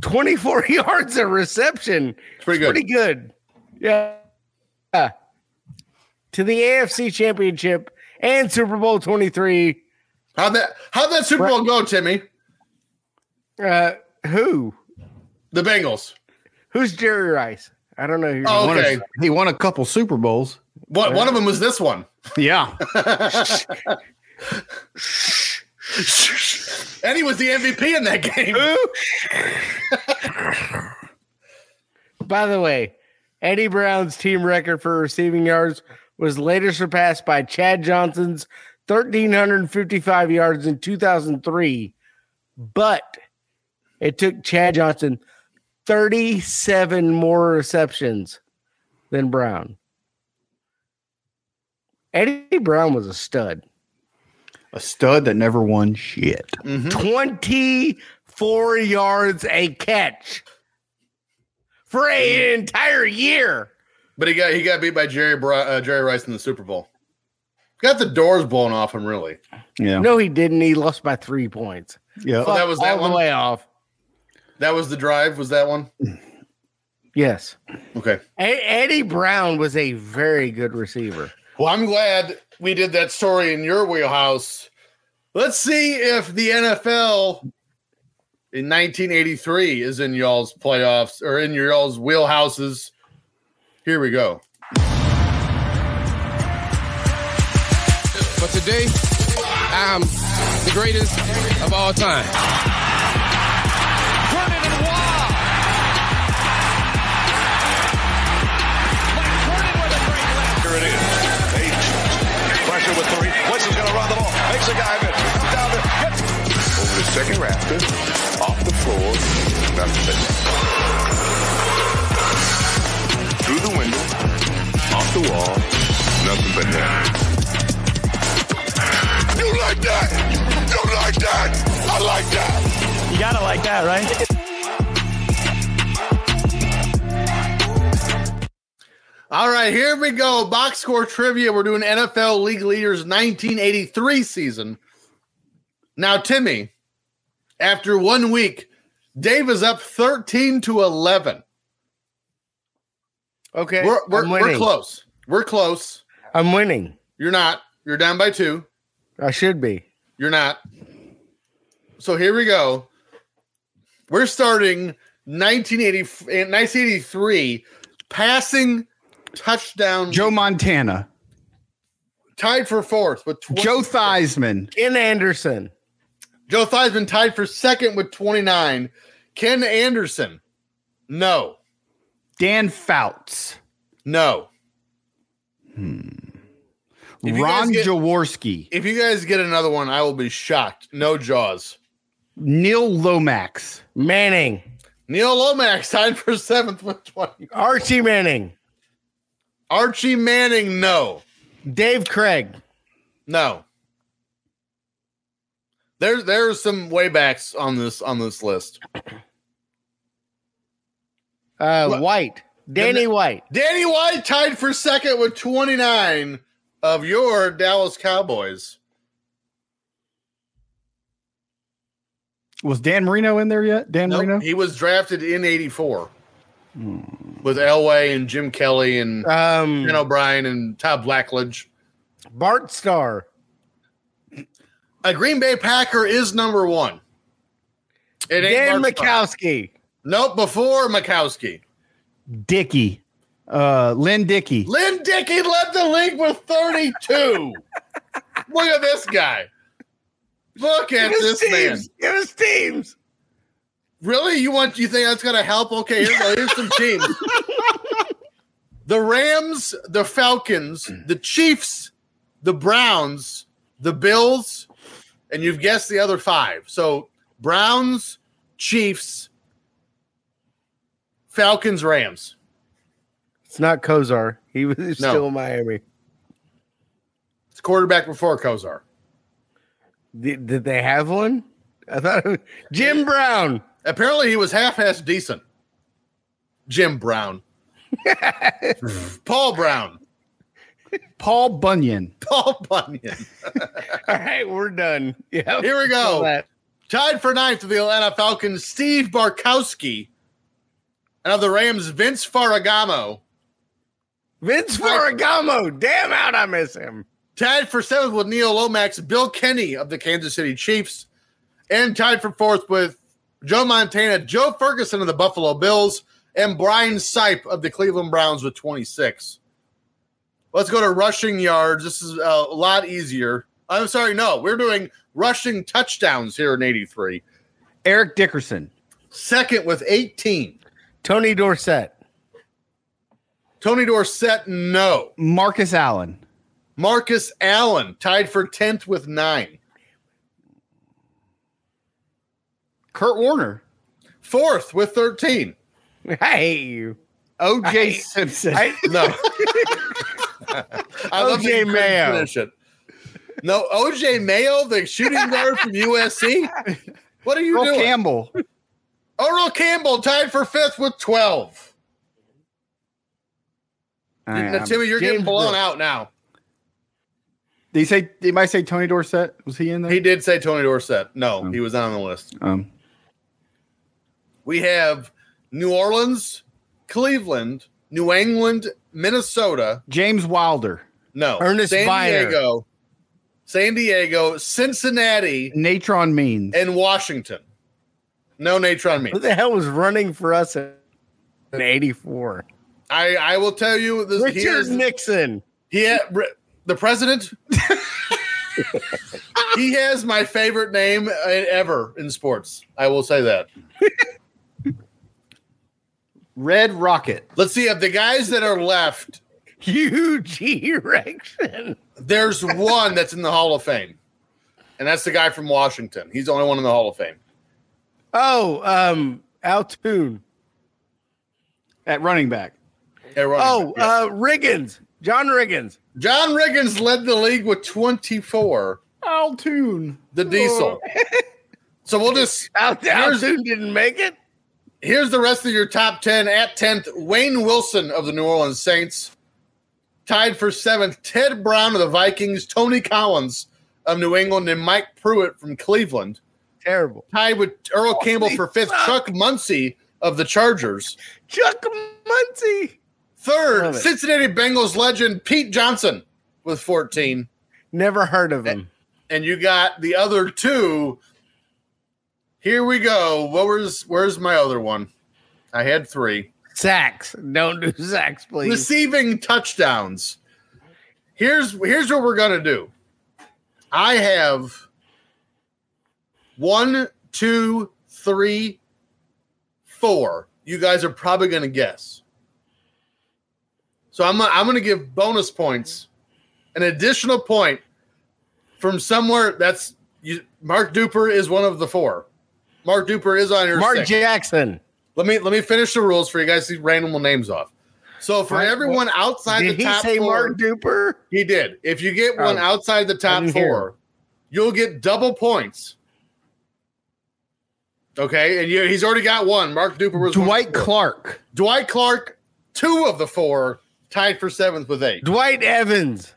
24 yards of reception. It's pretty good. Pretty good. Yeah. Yeah. To the AFC Championship and Super Bowl 23. How'd that? How'd that Super Bowl go, Timmy? Uh, who? The Bengals. Who's Jerry Rice? I don't know. Who Oh, Won a- Okay. he won a couple Super Bowls. One, one of them was this one. Yeah. And he was the MVP in that game. By the way, Eddie Brown's team record for receiving yards was later surpassed by Chad Johnson's 1,355 yards in 2003, but it took Chad Johnson 37 more receptions than Brown. Eddie Brown was a stud. A stud that never won shit. Mm-hmm. 24 yards a catch for an entire year. But he got he got beat by Jerry Bri- uh, Jerry Rice in the Super Bowl. Got the doors blown off him. Really, Yeah. No, he didn't. He lost by three points. Yeah. Oh, that was that all one? the way off. that was the drive. Was that one? Yes. Okay. A- Eddie Brown was a very good receiver. Well, I'm glad we did that story in your wheelhouse. Let's see if the NFL in 1983 is in y'all's playoffs or in your y'all's wheelhouses. Here we go. But today, I'm the greatest of all time. Vernon and Wah. McCurdy with a great left. Here it is. Eight. Pressure with three. Winston's going to run the ball. Makes a guy miss. Comes down there. Hit. Over the second rafter. Off the floor. Nothing. Through the window. Off the wall. Nothing but that. like that? Don't like that? I like that. You got to like that, right? All right, here we go. Box score trivia. We're doing NFL League Leaders 1983 season. Now, Timmy, after one week, Dave is up 13 to 11. Okay, We're, we're, I'm we're winning. close. We're close. I'm winning. You're not. You're down by two. I should be. You're not. So here we go. We're starting 1980, eh, 1983 passing touchdown Joe Montana, tied for fourth with 20 Joe Theismann, In Anderson. Joe Theismann tied for second with 29. Ken Anderson. No. Dan Fouts, No. If you guys Ron get- Jaworski, If you guys get another one, I will be shocked. No Jaws. Neil Lomax, Manning. Neil Lomax tied for seventh with 20. Archie Manning. Archie Manning. No. Dave Craig. uh, No. There's there's some waybacks on this on this list. Uh, White. Danny White. Danny White tied for second with 29 of your Dallas Cowboys. was Dan Marino in there yet? Dan Nope, Marino, He was drafted in 84 with Elway and Jim Kelly and Um, Ken O'Brien and Todd Blackledge. Bart Starr. A Green Bay Packer is number one. It Dan Bart Starr. Mikowski. Nope, before Mikowski. Dickey, uh, Lynn Dickey, Lynn Dickey led the league with 32. Look at this guy. Look at this man. It was teams. Really? You want you think that's gonna help? Okay, here's, here's some teams. The Rams, the Falcons, the Chiefs, the Browns, the Bills, and you've guessed the other five. So Browns, Chiefs, Falcons, Rams. It's not Kozar. He was still No. in Miami. It's quarterback before Kozar. Did, did they have one? I thought it was Jim Brown. Apparently he was half-ass decent. Jim Brown. Paul Brown. Paul Bunyan, Paul Bunyan. All right, we're done. Yeah. Here we All go. that. Tied for ninth of the Atlanta Falcons, Steve Barkowski. And of the Rams, Vince Farragamo. Vince Ferragamo. Damn out, I miss him. Tied for seventh with Neil Lomax, Bill Kenny of the Kansas City Chiefs. And tied for fourth with Joe Montana, Joe Ferguson of the Buffalo Bills, and Brian Sipe of the Cleveland Browns with 26. Let's go to rushing yards. This is a lot easier. I'm sorry, no, we're doing rushing touchdowns here in 83. Eric Dickerson, Second with 18. Tony Dorsett. Tony Dorsett, no. Marcus Allen, Marcus Allen tied for 10th with nine. Kurt Warner, Fourth with 13. I hate you. O.J. I- Simpson, I, No. I love that O.J. you couldn't Mayo. finish it. No, OJ Mayo, the shooting guard from USC. What are you Earl doing? Oh, Campbell, Earl Campbell tied for fifth with 12. Now, Um, Timmy, you're getting James blown Brooks. out now. Did he say? Did I say Tony Dorsett? Was he in there? He did say Tony Dorsett. Oh. No, he was not on the list. um, We have New Orleans, Cleveland, New England, Minnesota, James Wilder, No. Ernest San Byer. Diego. San Diego, Cincinnati, Natron Means, and Washington. No Natron me. Who the hell was running for us in 84? I, I will tell you this Richard here's- Nixon. he ha- re- the president. he has my favorite name uh, ever in sports. I will say that. Red Rocket, Let's see if the guys that are left, Huge erection. there's one that's in the Hall of Fame. And that's the guy from Washington. He's the only one in the Hall of Fame. Oh, um, Altoon. at running back. Yeah, right. Oh, Yeah. uh, Riggins. John Riggins. John Riggins led the league with 24. Altoon. The diesel. so we'll just Al- Here's- Altoon didn't make it. here's the rest of your top 10 at 10th wayne wilson of the new orleans saints tied for 7th ted brown of the vikings tony collins of new england and mike pruitt from cleveland Terrible. tied with earl Oh, campbell for 5th chuck muncie of the chargers Chuck Muncie. third Love it. cincinnati bengals legend pete johnson with 14 Never heard of him. and you got the other two here we go what was where's my other one i had three Sacks. Don't do sacks, please. receiving touchdowns. Here's here's what we're gonna do. I have one, two, three, four. You guys are probably gonna guess. So I'm I'm gonna give bonus points, an additional point from somewhere. That's you, Mark Duper is one of the four. Mark Duper is on your Mark six. Jackson. Let me let me finish the rules for you guys. These random names off. So for Mark- everyone outside Did the he top say four, Mark Duper? he did. If you get one Oh. outside the top didn't hear four, you'll get double points. Okay, and you, he's already got one. Mark Duper was one of Dwight the four. Clark. Dwight Clark, two of the four, tied for seventh with eight. Dwight Evans.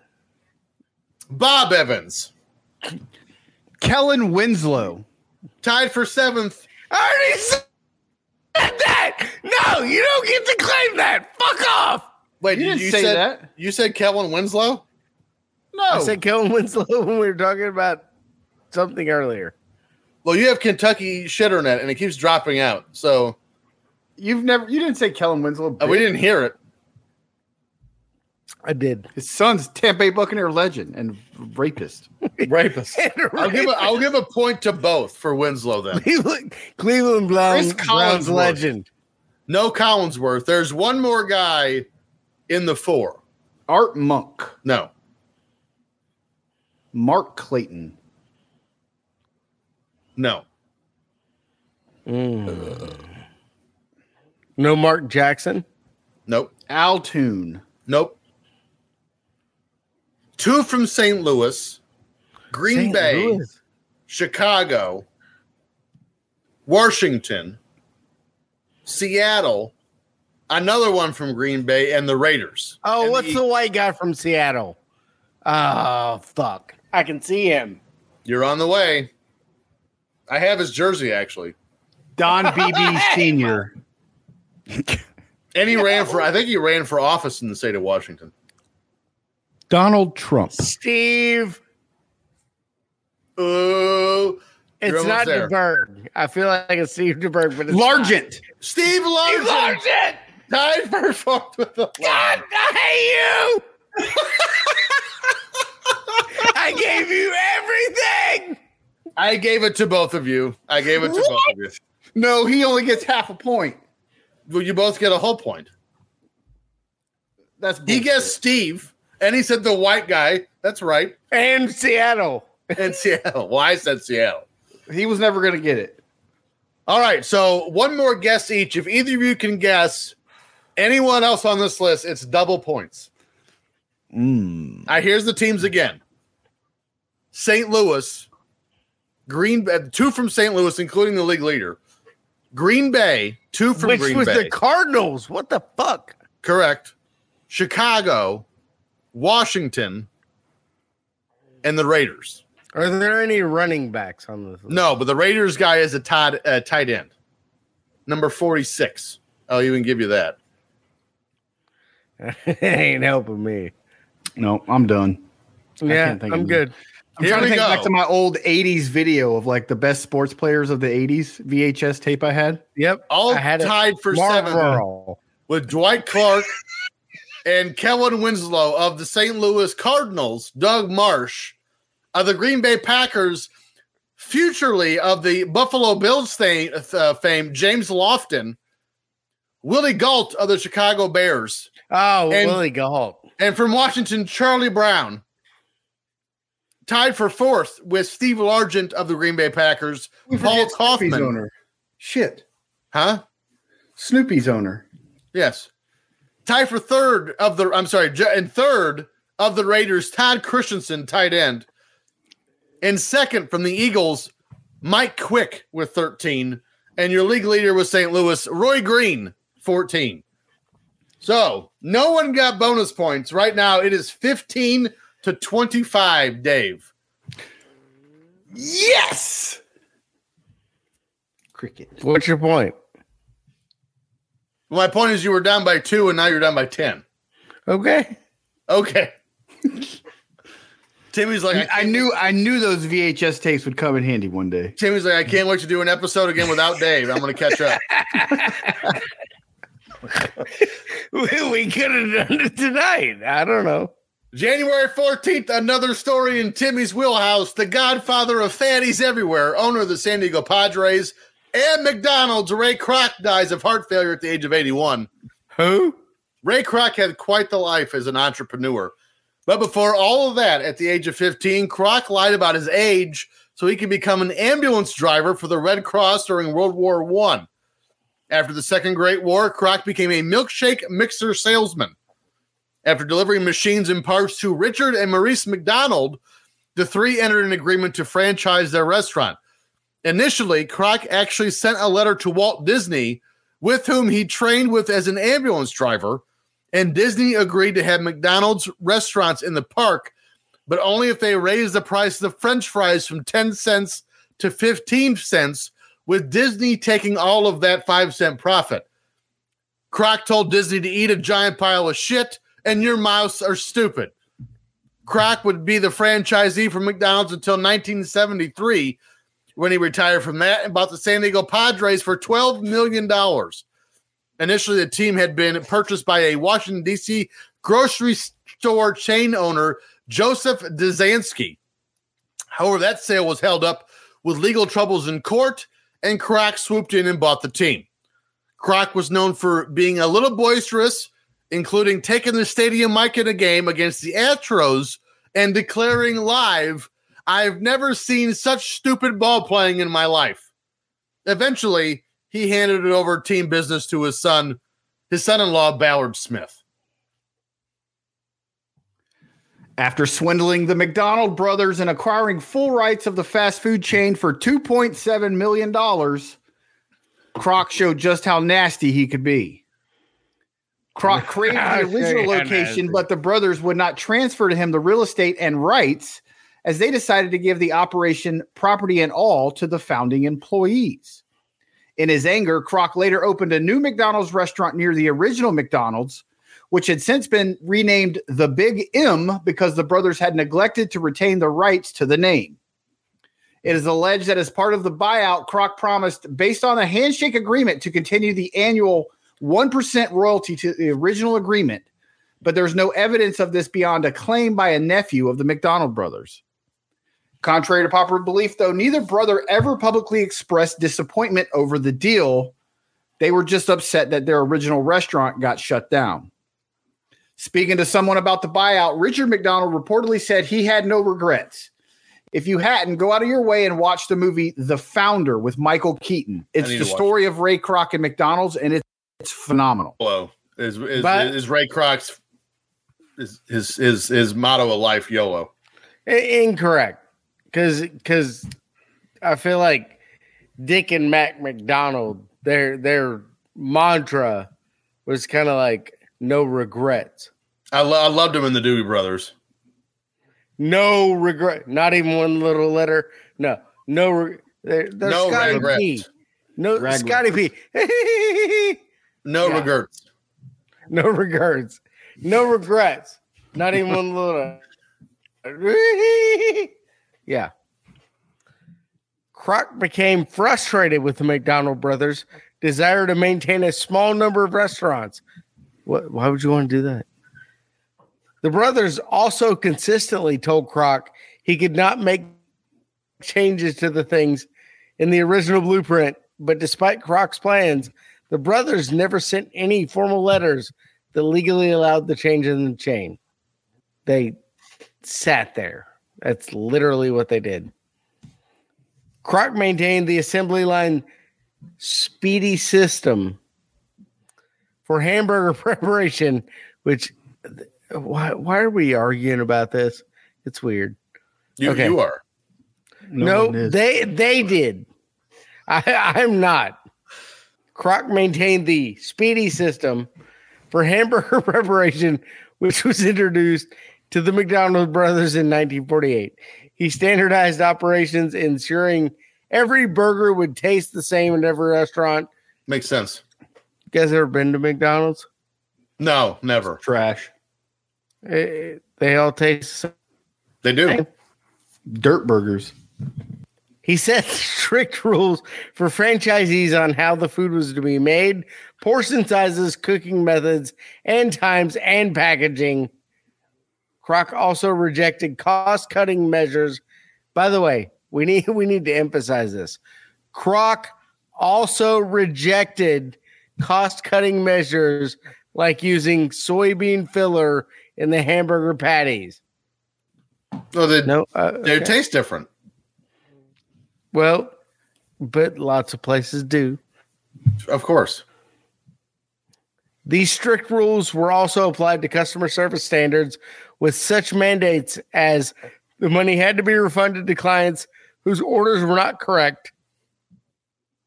Bob Evans Kellen Winslow. tied for seventh. I already said that. No, you don't get to claim that. Fuck off. Wait, You you, didn't you say said that. you said Kellen Winslow? I said Kellen Winslow when we were talking about something earlier. Well, you have Kentucky Shitternet, and it keeps dropping out. So You've never you didn't say Kellen Winslow. uh, we didn't hear it. I did. His son's Tampa Bay Buccaneer legend and rapist. Rapist. I'll give a, I'll give a point to both for Winslow then. Cleveland, Cleveland Browns, Chris Collinsworth. Browns legend. No Collinsworth. There's one more guy in the four. Art Monk. No. Mark Clayton. No. No Mark Jackson. Nope. Altoon. Nope. Two from St. Louis, Green St. Bay, Louis. Chicago, Washington, Seattle, another one from Green Bay, and the Raiders. Oh, And what's the, white guy from Seattle? Oh, fuck. I can see him. You're on the way. I have his jersey actually. Don BB Sr. And he ran for I think he ran for office in the state of Washington. Donald Trump. Steve. Ooh. It's almost not there. DeBerg. I feel like it's Steve DeBerg, but it's Largent. Steve Largent, Largent. tied for fourth with the God, I hate you. I gave you everything. I gave it to both of you. I gave it to both of you. No, he only gets half a point. Well, you both get a whole point. That's He bullshit. guessed Steve, and he said the white guy. That's right. And Seattle. And Seattle. Well, I said Seattle. he was never gonna get it. All right. So one more guess each. If either of you can guess anyone else on this list, it's double points. I here's the teams again. St. Louis, Green Bay, two from St. Louis, including the league leader. Green Bay, two from Which Green was Bay. the Cardinals. What the fuck? Correct. Chicago, Washington, and the Raiders. Are there any running backs on this? list? No, but the Raiders guy is a tight, uh, tight end, number 46. I'll even give you that. ain't helping me. No, I'm done. Yeah, can't think of I'm them. good. I'm Here trying to we think go. back to my old 80s video of like the best sports players of the 80s VHS tape I had. Yep. All I had it. tied for Marv seven Earl. with Dwight Clark and Kellen Winslow of the St. Louis Cardinals, Doug Marsh of the Green Bay Packers, futurely of the Buffalo Bills fame, uh, fame James Lofton, Willie Galt of the Chicago Bears, Oh, And- Willie Galt. and from Washington, Charlie Brown. Tied for fourth with Steve Largent of the Green Bay Packers, Paul Snoopy's Kaufman. owner. Shit. Huh? Snoopy's owner. Yes. Tied for third of the, I'm sorry, ju- and third of the Raiders, Todd Christensen, tight end. And second from the Eagles, Mike Quick with 13. And your league leader was St. Louis, Roy Green, 14. So no one got bonus points. Right now it is 15 to 25, Dave. Yes. Cricket. What's your point? My point is you were down by two and now you're down by 10. Okay. Okay. Timmy's like, I knew I knew those VHS tapes would come in handy one day. Timmy's like, I can't wait to do an episode again without Dave. I'm going to catch up. We, we could have done it tonight. I don't know. January 14th, another story in Timmy's wheelhouse. The godfather of fatties everywhere, owner of the San Diego Padres and McDonald's, Ray Kroc dies of heart failure at the age of 81. Who? Ray Kroc had quite the life as an entrepreneur. But before all of that, at the age of 15, Kroc lied about his age so he could become an ambulance driver for the Red Cross during World War One. After the Second Great War, Kroc became a milkshake mixer salesman. After delivering machines and parts to Richard and Maurice McDonald, the three entered an agreement to franchise their restaurant. Initially, Kroc actually sent a letter to Walt Disney, with whom he trained with as an ambulance driver, and Disney agreed to have McDonald's restaurants in the park, but only if they raised the price of the french fries from 10 cents to 15 cents, with Disney taking all of that 5 cent profit. Croc told Disney to eat a giant pile of shit and your mouths are stupid. Croc would be the franchisee for McDonald's until 1973 when he retired from that and bought the San Diego Padres for $12 million. Initially, the team had been purchased by a Washington, D.C. grocery store chain owner, Joseph Dzansky. However, that sale was held up with legal troubles in court, and Kroc swooped in and bought the team. Kroc was known for being a little boisterous, including taking the stadium mic in a game against the Astros and declaring live, I've never seen such stupid ball playing in my life. Eventually, he handed it over team business to his son, his son-in-law Ballard Smith. After swindling the McDonald brothers and acquiring full rights of the fast food chain for $2.7 million, Croc showed just how nasty he could be. Croc craved I'll the show you original how location, nasty. but the brothers would not transfer to him the real estate and rights as they decided to give the operation property and all to the founding employees. In his anger, Croc later opened a new McDonald's restaurant near the original McDonald's, which had since been renamed the Big M because the brothers had neglected to retain the rights to the name. It is alleged that as part of the buyout, Kroc promised, based on a handshake agreement, to continue the annual 1% royalty to the original agreement, but there's no evidence of this beyond a claim by a nephew of the McDonald brothers. Contrary to popular belief, though, neither brother ever publicly expressed disappointment over the deal. They were just upset that their original restaurant got shut down. Speaking to someone about the buyout, Richard McDonald reportedly said he had no regrets. If you hadn't, go out of your way and watch the movie The Founder with Michael Keaton. It's need the to watch story of Ray Kroc and McDonald's, and it's, it's phenomenal. Hello. Is is, But- is Ray Croc's is his his his motto of life YOLO. I- incorrect. Cause cause I feel like Dick and Mac McDonald, their their mantra was kind of like no regrets. I, lo- I loved him in the Doobie Brothers. No regret. Not even one little letter. No. No re- there, there's No Scotty regrets. P. No Regrets. Scotty P. No Yeah. regrets. no regrets. No regrets. Not even one little Yeah. Croc became frustrated with the McDonald brothers' desire to maintain a small number of restaurants. What, why would you want to do that? The brothers also consistently told Croc he could not make changes to the things in the original blueprint, but despite Croc's plans, the brothers never sent any formal letters that legally allowed the change in the chain. They sat there. That's literally what they did. Croc maintained the assembly line speedy system for hamburger preparation, which why why are we arguing about this? It's weird. You Okay. you are. No, one is. they they did. I, I'm not. Croc maintained the speedy system for hamburger preparation, which was introduced to the McDonald brothers in 1948. He standardized operations, ensuring every burger would taste the same in every restaurant. Makes sense. You guys ever been to McDonald's? No, never. Trash. Eh, they all taste. the same. They do. Dirt burgers. He set strict rules for franchisees on how the food was to be made, portion sizes, cooking methods, and times and packaging. Croc also rejected cost-cutting measures. By the way, we need we need to emphasize this. Croc also rejected cost-cutting measures like using soybean filler in the hamburger patties. No, Oh, they, No, uh, they okay. taste different. well, but lots of places do. Of course. These strict rules were also applied to customer service standards with such mandates as the money had to be refunded to clients whose orders were not correct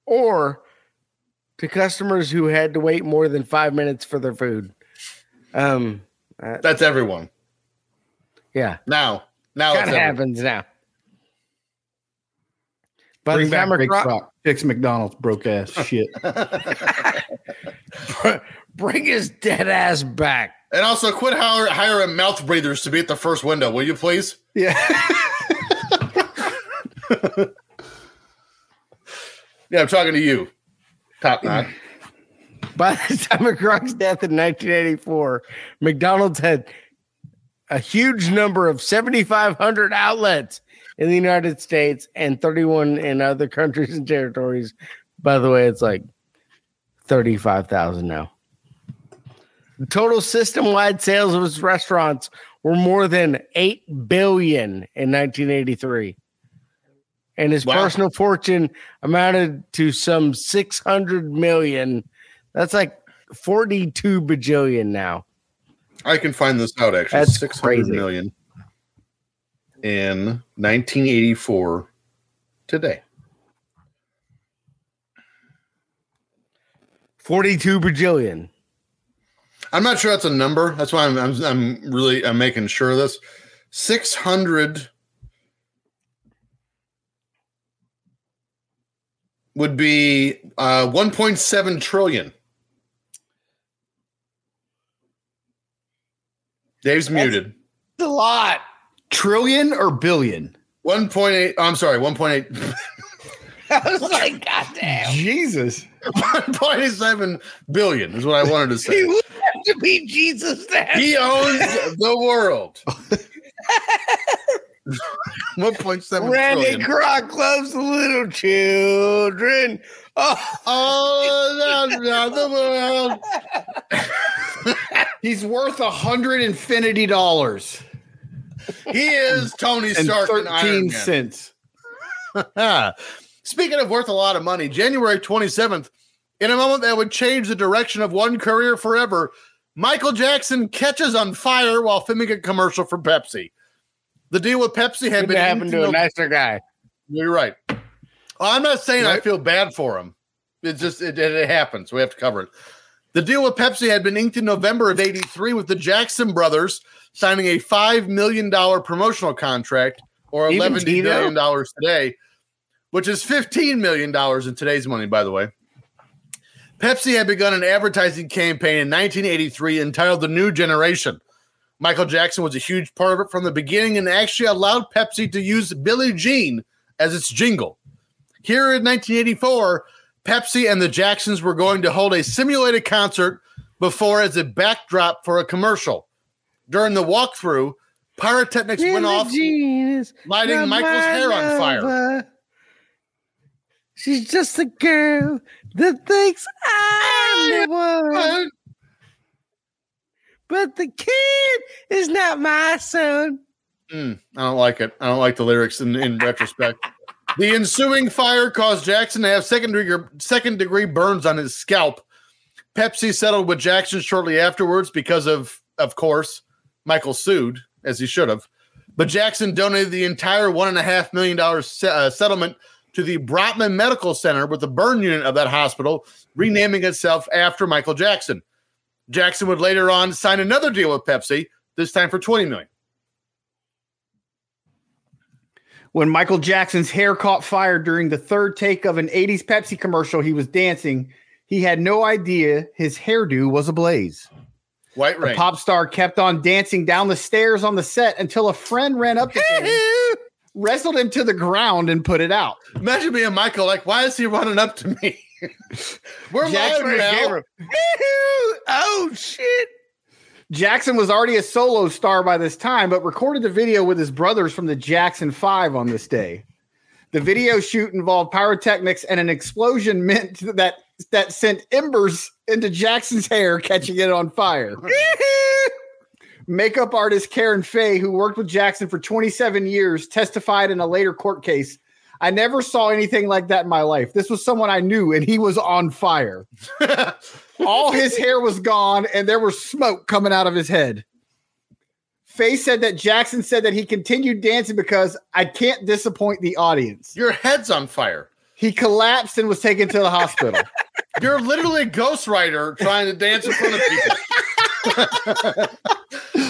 or to customers who had to wait more than five minutes for their food. Um, That's everyone. yeah, Now, now kind of it's everyone. happens now. By Bring the back time a Big cro- Croc. Fix McDonald's broke ass shit. bring his dead ass back. And also, quit hire, hiring mouth breathers to be at the first window, will you please? Yeah. Yeah, I'm talking to you. Top knot. Mm. By the time of Croc's death in 1984, McDonald's had a huge number of 7,500 outlets in the United States and 31 in other countries and territories. By the way, it's like 35,000 now. The total system-wide sales of its restaurants were more than 8 billion in 1983. And his Wow. personal fortune amounted to some 600 million. That's like 42 bajillion now. I can find this out actually. That's Six hundred crazy. million in 1984 today. 42 bajillion. I'm not sure that's a number. That's why I'm I'm, I'm really I'm making sure of this. 600 would be uh 1.7 trillion. Dave's muted. a lot. Trillion or billion? 1.8 I'm sorry, 1.8 I was like, God damn. Jesus. 1.7 billion is what I wanted to He say. would have to be Jesus then. He owns the world. 1.7 Randy billion. Croc loves the little children. Oh, Oh, no, no, the world. He's worth a hundred infinity dollars He is Tony and Stark and Iron thirteen Man. cents. Ah. Speaking of worth a lot of money, January 27th, in a moment that would change the direction of one career forever, Michael Jackson catches on fire while filming a commercial for Pepsi. The deal with Pepsi had couldn't been happen to a integral- nicer guy. You're right. Well, I'm not saying I Right. feel bad for him. It's just it, it, it happens. We have to cover it. The deal with Pepsi had been inked in November of '83 with the Jackson brothers signing a five million dollar promotional contract, or Even eleven Tito? million dollars today, which is fifteen million dollars in today's money, by the way. Pepsi had begun an advertising campaign in 1983 entitled "The New Generation." Michael Jackson was a huge part of it from the beginning, and actually allowed Pepsi to use Billie Jean as its jingle. Here in 1984, Pepsi and the Jacksons were going to hold a simulated concert before as a backdrop for a commercial. During the walkthrough, pyrotechnics went off, Genius, lighting Michael's hair on fire. She's just a girl that thinks I'm the one. But the kid is not my son. Mm, I don't like it. I don't like the lyrics in, in retrospect. The ensuing fire caused Jackson to have second degree, second degree burns on his scalp. Pepsi settled with Jackson shortly afterwards because of, of course, Michael sued, as he should have. But Jackson donated the entire $1.5 million se- uh, settlement to the Brotman Medical Center with the burn unit of that hospital, renaming itself after Michael Jackson. Jackson would later on sign another deal with Pepsi, this time for $20 million. When Michael Jackson's hair caught fire during the third take of an 80s Pepsi commercial, he was dancing. He had no idea his hairdo was ablaze. White The Rain. pop star kept on dancing down the stairs on the set until a friend ran up to him, wrestled him to the ground, and put it out. Imagine being Michael, like, why is he running up to me? We're Jackson live now. Gabriel. oh shit! Jackson was already a solo star by this time, but recorded the video with his brothers from the Jackson Five on this day. The video shoot involved pyrotechnics and an explosion meant that that sent embers into Jackson's hair, catching it on fire. Makeup artist Karen Fay, who worked with Jackson for 27 years, testified in a later court case. I never saw anything like that in my life. This was someone I knew, and he was on fire. All his hair was gone, and there was smoke coming out of his head. Faye said that Jackson said that he continued dancing because I can't disappoint the audience. Your head's on fire. He collapsed and was taken to the hospital. You're literally a ghostwriter trying to dance in front of people.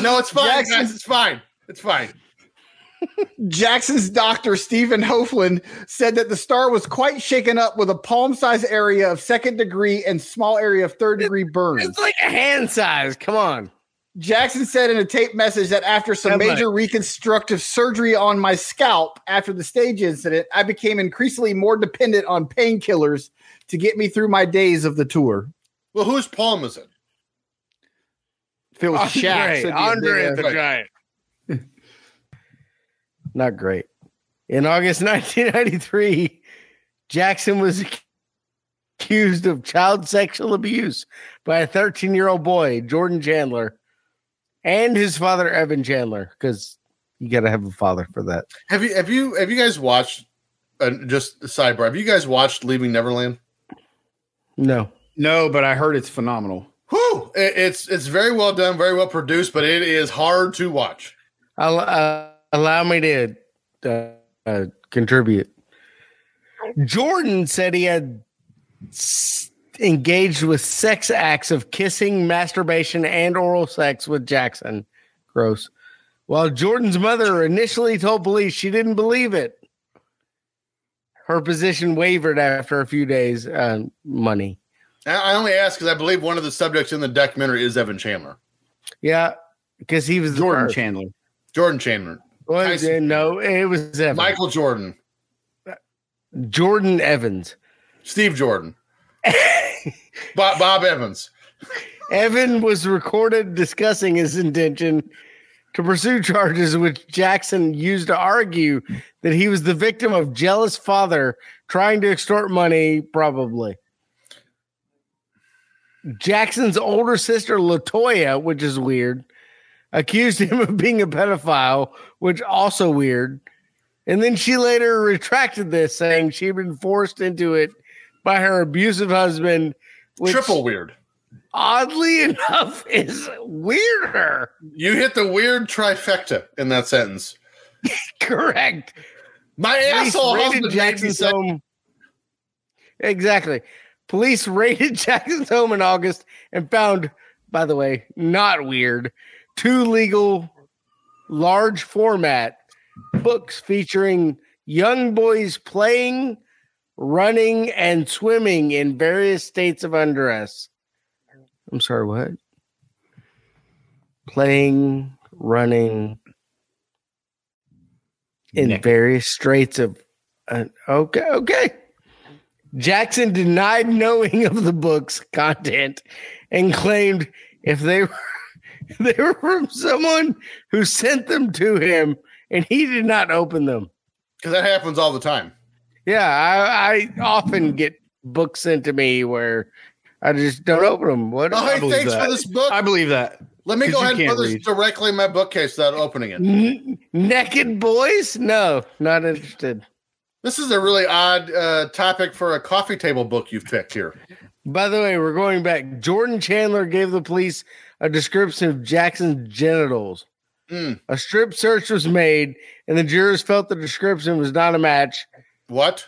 no, it's fine, Jackson- guys. It's fine. It's fine. Jackson's doctor, Stephen Hoeflin, said that the star was quite shaken up with a palm size area of second degree and small area of third degree burns. It's like a hand size. Come on. Jackson said in a tape message that after some Headline. major reconstructive surgery on my scalp after the stage incident, I became increasingly more dependent on painkillers to get me through my days of the tour. Well, whose palm is it? If it was Shaq, so Andre, it'd be a Andre big the right. Giant. Not great. In August 1993, Jackson was accused of child sexual abuse by a 13 year old boy, Jordan Chandler, and his father, Evan Chandler, because you got to have a father for that. Have you have you have you guys watched? Uh, just a sidebar. Have you guys watched Leaving Neverland? No. No, but I heard it's phenomenal. Whew! It- it's it's very well done, very well produced, but it is hard to watch. Al- uh, allow me to uh, uh, contribute. Jordan said he had s- engaged with sex acts of kissing, masturbation, and oral sex with Jackson. Gross. While Jordan's mother initially told police she didn't believe it, her position wavered after a few days. Uh, money. I- I only ask because I believe one of the subjects in the documentary is Evan Chandler, Yeah, because he was the Jordan first. Chandler. Jordan Chandler, Well, Tyson. no, it was Evans. Michael Jordan, Jordan Evans. Steve Jordan, Bob, Bob Evans. Evan was recorded discussing his intention to pursue charges, which Jackson used to argue that he was the victim of jealous father trying to extort money, probably. Jackson's older sister, Latoya, which is weird, accused him of being a pedophile, which also weird. And then she later retracted this, saying she'd been forced into it by her abusive husband. which- Triple weird. oddly enough is weirder. You hit the weird trifecta in that sentence. Correct. My asshole Police husband made me say, home. Exactly. Police raided Jackson's home in August and found, by the way, not weird, two legal large format books featuring young boys playing, running, and swimming in various states of undress. I'm sorry, what? Playing, running in Nick. various straits of uh, okay, okay. Jackson denied knowing of the book's content and claimed if they were they were from someone who sent them to him and he did not open them. because that happens all the time. Yeah, I, I often get books sent to me where I just don't open them. What? Oh, hey, believe thanks that. for this book. I believe that. Let me 'cause go you ahead and can't put this read. directly in my bookcase without opening it. N- naked boys? No, not interested. This is a really odd uh, topic for a coffee table book you've picked here. By the way, we're going back. Jordan Chandler gave the police a description of Jackson's genitals, Mm. A strip search was made, and the jurors felt the description was not a match. What?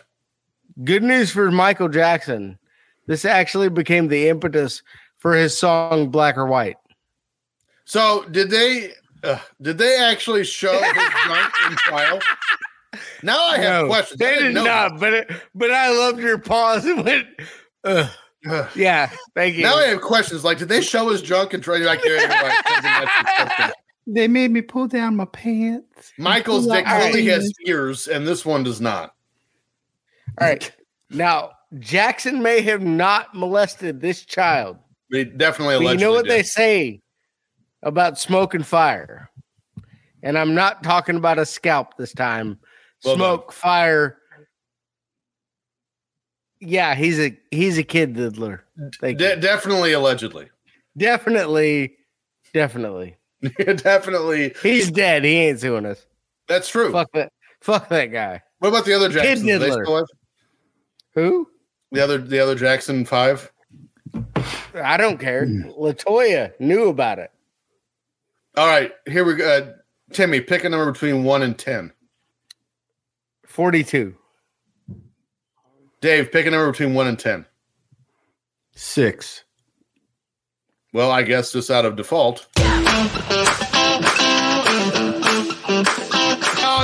Good news for Michael Jackson. This actually became the impetus for his song Black or White. So did they? Uh, did they actually show his junk in trial? Now I have No, questions. I They didn't did know not, but it, but I loved your pause. It went, Ugh. Ugh. yeah, thank you. Now I have questions. Like, did they show his junk and trade back there? Like, They made me pull down my pants. Michael's dick All right. only has ears, and this one does not. All right, now Jackson may have not molested this child, But he definitely but you allegedly know what did. they say about smoke and fire, and I'm not talking about a scalp this time. Well done. smoke, fire. Yeah, he's a he's a kid diddler. Thank De- you. definitely allegedly. Definitely, definitely. definitely. He's dead. He ain't suing us. That's true. Fuck that. Fuck that guy. What about the other Jackson? They Diddler. still have- Who? the other the other Jackson five. I don't care. Hmm. Latoya knew about it. All right, here we go. Uh, Timmy, pick a number between one and ten. Forty-two. Dave, pick a number between one and ten. Six. Well, I guess just out of default. Oh,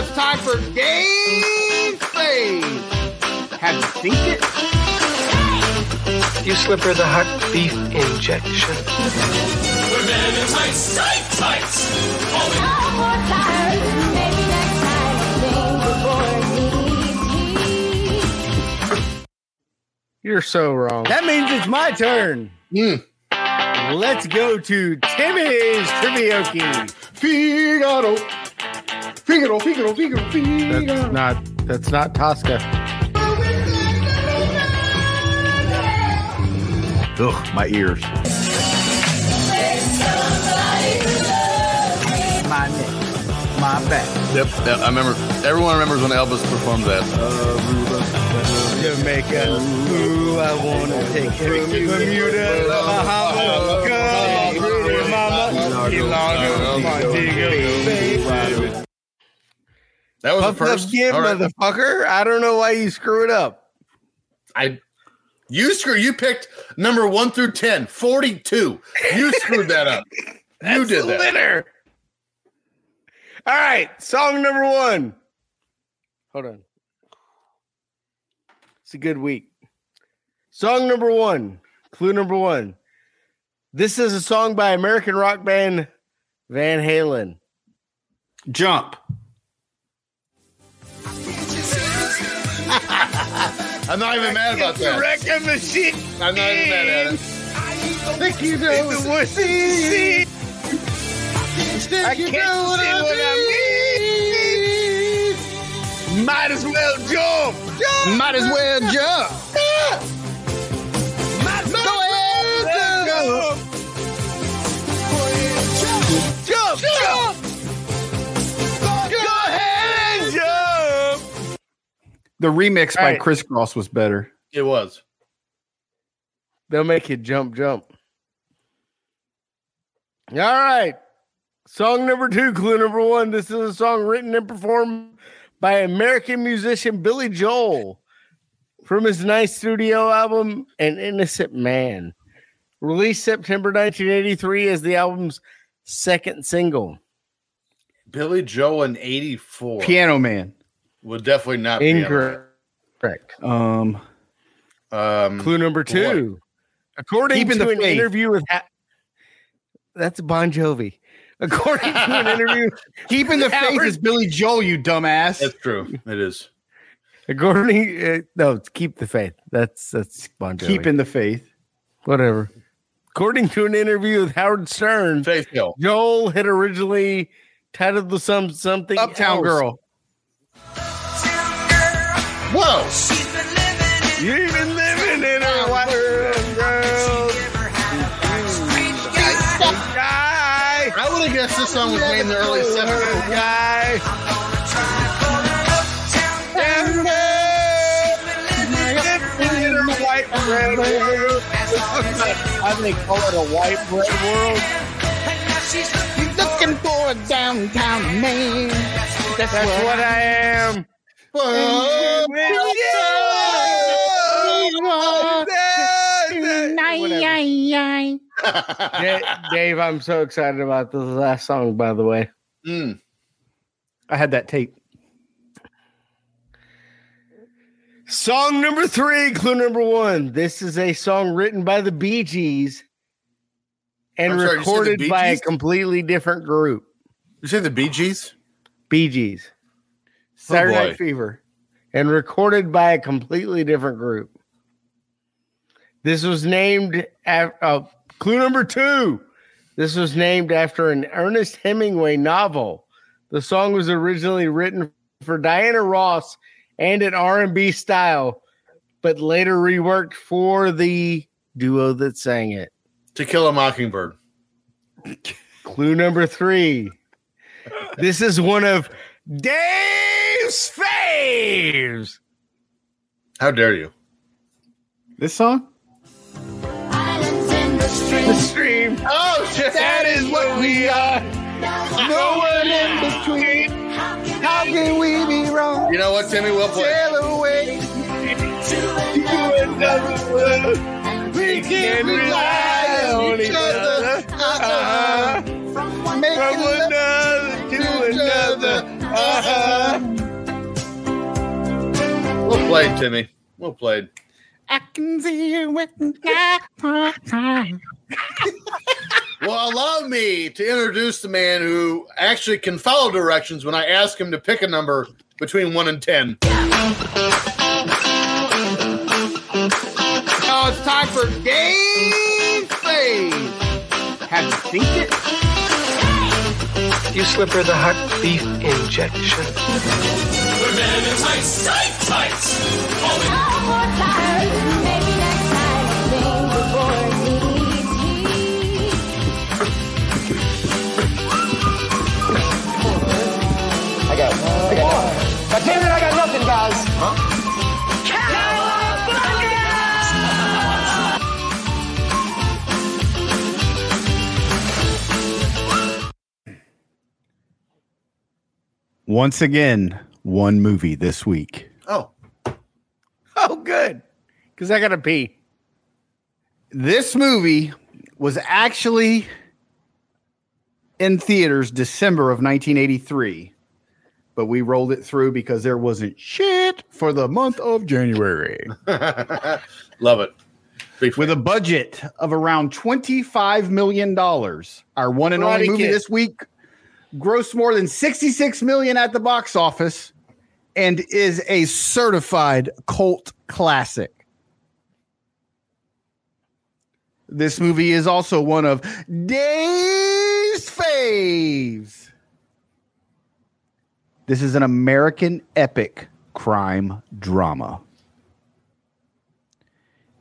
it's time for Dave Faith. Have you seen it? You slip her the hot beef injection. You're so wrong. That means it's my turn. Hmm. Let's go to Timmy's Trivioki. Figaro. Figaro, Figaro, Figaro, That's Figaro. not. That's not Tosca. Ugh, my ears. My neck. My back. Yep, yeah, I remember. Everyone remembers when Elvis performed that. Jamaica. Ooh, I wanna take you. Bermuda, Bahamas, come on, pretty mama. Key Largo, Montego, baby. That was Puff the up first. again, All right. motherfucker. I don't know why you screw it up. I. You screw. You picked number one through 10, 42. You screwed that up. You did that. Litter. All right, song number one. Hold on. It's a good week. Song number one, clue number one. This is a song by American rock band Van Halen. Jump. I'm not even mad about that. Wrecking the shit. I'm not even mad at it. Think you know It's the worst scene. I Think you can't know what see what I I mean. Might as well jump. jump. Might as well jump. Jump. Jump. Jump. Jump. Go ahead and jump. The remix All by right. Chris Cross was better. It was. They'll make you jump, jump. All right. Song number two, clue number one. This is a song written and performed by American musician Billy Joel from his nice studio album, An Innocent Man. Released September 1983 as the album's second single. Billy Joe in 84 Piano Man. would definitely not Incorrect. Um, be. Um, Clue number two. Mm-hmm. According Keeping to the an faith. interview with. Ha- That's Bon Jovi. According to an interview Keeping the Faith Howard- is Billy Joel, you dumbass. That's true. It is. According, uh, no, it's keep the faith. That's that's Bon Jovi. Keeping the Faith. whatever. According to an interview with Howard Stern, Faith Hill. Joel had originally titled the some something Uptown else. Girl. Whoa. You've been living in a white girl. Guy, I would have guessed this song was made in the early 70s. guy. I think call it a white bread world. Looking for you're a downtown man. That's, That's what, what I am. Whoa. Whatever. Da- Dave, I'm so excited about this last song, by the way. Mm. I had that tape. Song number three, clue number one. This is a song written by the Bee Gees and I'm sorry, you said the recorded Bee by a Gees? completely different group. You say the Bee Gees? Bee Gees. Saturday Oh, boy. Night Fever. and recorded by a completely different group. This was named af- uh, clue number two. This was named after an Ernest Hemingway novel. The song was originally written for Diana Ross and an R&B style, but later reworked for the duo that sang it. To Kill a Mockingbird. Clue number three. This is one of Dave's faves. How dare you? This song? The stream. Oh, shit. That is what we are. No one in between. How can we be wrong? You know what, Timmy? Well played. Sail away to another world. We can rely on each other. Uh-huh. From one another to another. Uh-huh. Well played, Timmy. Well played. I can see you with time. Well, allow me to introduce the man who actually can follow directions when I ask him to pick a number between 1 and 10. Oh, it's time for Dave Faves. Have you seen it? You slipper the heartbeat injection. Once again, one movie this week. Oh, Oh, good. Because I got to pee. This movie was actually in theaters December of 1983, but we rolled it through because there wasn't shit for the month of January. love it. With a budget of around $25 million, our one and only Karate movie Kid. this week grossed more than $66 million at the box office and is a certified cult classic. This movie is also one of Dave's faves. This is an American epic crime drama.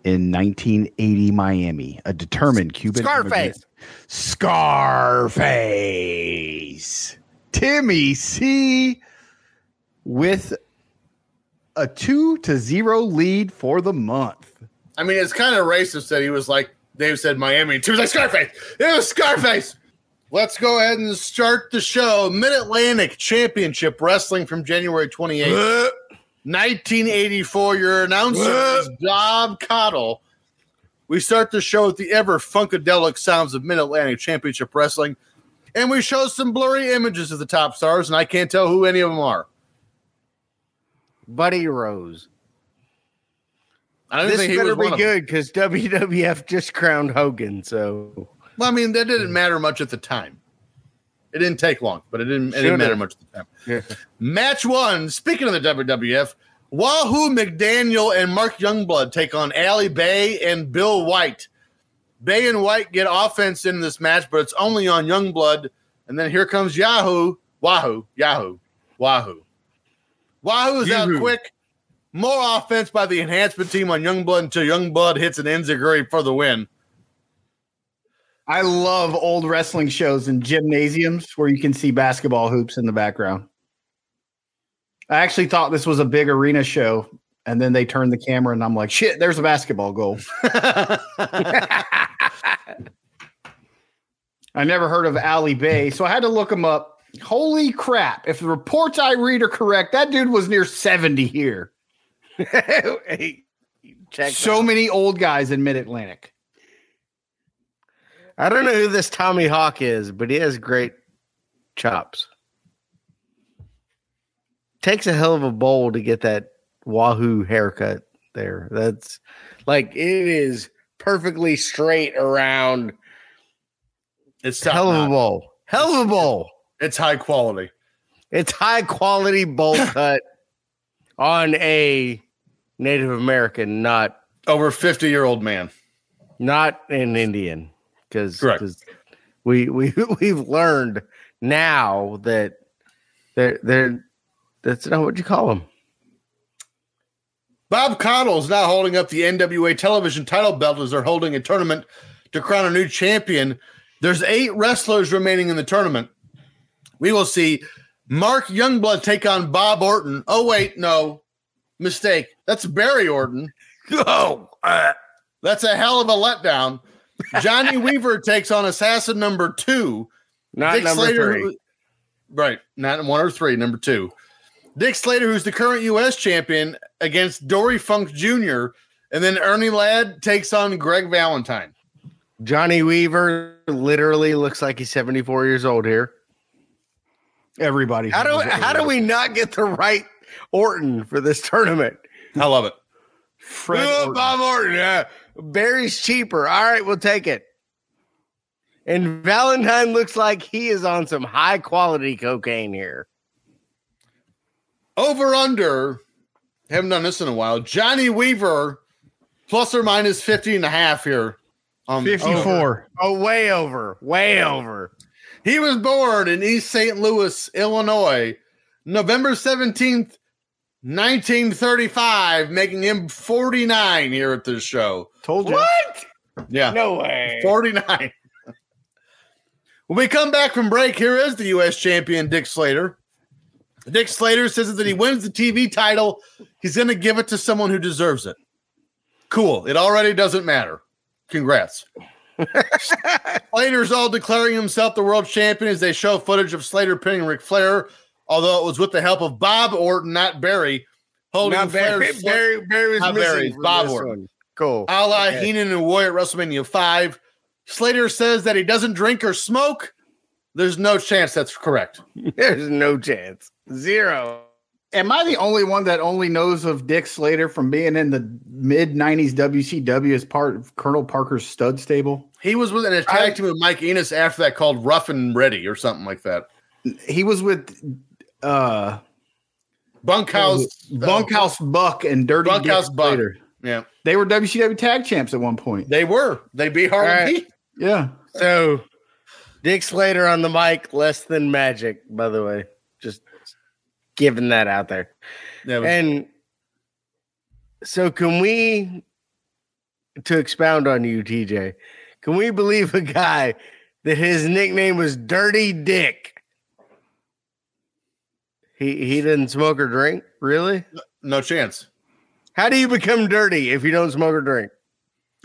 In 1980 Miami, a determined Cuban immigrant- Scarface. Scarface. Timmy C with a 2 to 0 lead for the month. I mean, it's kind of racist that he was like, Dave said Miami. He was like, Scarface. It was Scarface. Let's go ahead and start the show. Mid Atlantic Championship Wrestling from January 28th, 1984. Your announcer is Bob Cottle. We start the show with the ever funkadelic sounds of Mid Atlantic Championship Wrestling, and we show some blurry images of the top stars, and I can't tell who any of them are. Buddy Rose. I don't This think he better was be one of them. good because WWF just crowned Hogan. So Well, I mean, that didn't matter much at the time. It didn't take long, but it didn't, it Should've. didn't matter much at the time. Yeah. Match one. Speaking of the WWF, Wahoo McDaniel and Mark Youngblood take on Ali Bay and Bill White. Bay and White get offense in this match, but it's only on Youngblood. And then here comes Yahoo, Wahoo, Yahoo, Wahoo. Wahoo is out Yoo-hoo. quick. More offense by the enhancement team on Youngblood until Youngblood hits an enziguri for the win. I love old wrestling shows and gymnasiums where you can see basketball hoops in the background. I actually thought this was a big arena show, and then they turned the camera, and I'm like, shit, there's a basketball goal. I never heard of Ali Bay, so I had to look him up. Holy crap! If the reports I read are correct, that dude was near seventy here. Hey, check So many old guys in Mid Atlantic. I don't know who this Tommy Hawk is, but he has great chops. Takes a hell of a bowl to get that Wahoo haircut there. That's like it is perfectly straight around. It's top Hell of a notch. bowl. Hell of a bowl. It's high quality. It's high quality bowl cut on a Native American, not Over fifty year old man. not an Indian, because Correct. we we we've learned now that they're they're that's not what you call them. Bob Connell is now holding up the NWA television title belt as they're holding a tournament to crown a new champion. There's eight wrestlers remaining in the tournament. We will see Mark Youngblood take on Bob Orton. Oh, wait, no. Mistake. That's Barry Orton. Go. That's a hell of a letdown. Johnny Weaver takes on Assassin number two. Not number three. who- right, not one or three, number two. Dick Slater, who's the current U.S. champion, against Dory Funk Jr., and then Ernie Ladd takes on Greg Valentine. Johnny Weaver literally looks like he's 74 years old here. Everybody. How do how do we not get the right Orton for this tournament? I love it. Fred Oh, Orton. Bob Orton. yeah. Barry's cheaper. All right, we'll take it. And Valentine looks like he is on some high quality cocaine here. Over under, haven't done this in a while. Johnny Weaver, plus or minus 50 and a half here. on the over. Fifty-four. Oh, way over, way over. He was born in East St. Louis, Illinois, November 17th, 1935, making him 49 here at this show. Told you. Yeah. No way. 49. when we come back from break, here is the U.S. champion, Dick Slater. Dick Slater says that he wins the TV title. He's going to give it to someone who deserves it. Cool. It already doesn't matter. Congrats. Slater's all declaring himself the world champion as they show footage of Slater pinning Ric Flair, although it was with the help of Bob Orton, not Barry, holding Now Barry, Flair's Barry, Barry was Not missing Barry, from Bob this Orton. one. Cool. a la Okay. Heenan and Warrior at WrestleMania 5. Slater says that he doesn't drink or smoke. There's no chance that's correct. There's no chance. Zero. Am I the only one that only knows of Dick Slater from being in the mid '90s WCW as part of Colonel Parker's stud stable? He was with an I- attack team with Mike Enos after that called Rough and Ready or something like that. He was with uh, Bunkhouse. Oh. Bunkhouse Buck and Dirty Bunkhouse Dick Buck. Slater. Yeah. They were WCW tag champs at one point. They were. They beat Harlem All right. Heat. Yeah, So Dick Slater on the mic, less than magic, by the way. Just giving that out there. Yeah, but- And so, can we, to expound on you, TJ, can we believe a guy that his nickname was Dirty Dick? He he didn't smoke or drink, really. no chance. How do you become dirty if you don't smoke or drink?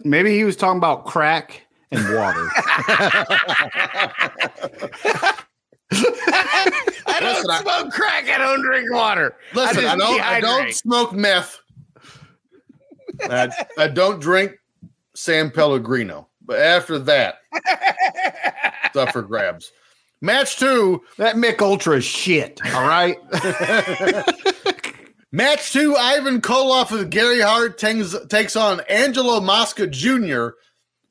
maybe he was talking about crack and water. I don't Listen, I- smoke crack. I don't drink water. Listen, I, just don't, I don't dehydrate. smoke meth. I, I don't drink San Pellegrino. But after that, it's up for grabs. Match two that Mick Ultra is shit. All right, Match two, Ivan Koloff and Gary Hart tangs, takes on Angelo Mosca Jr.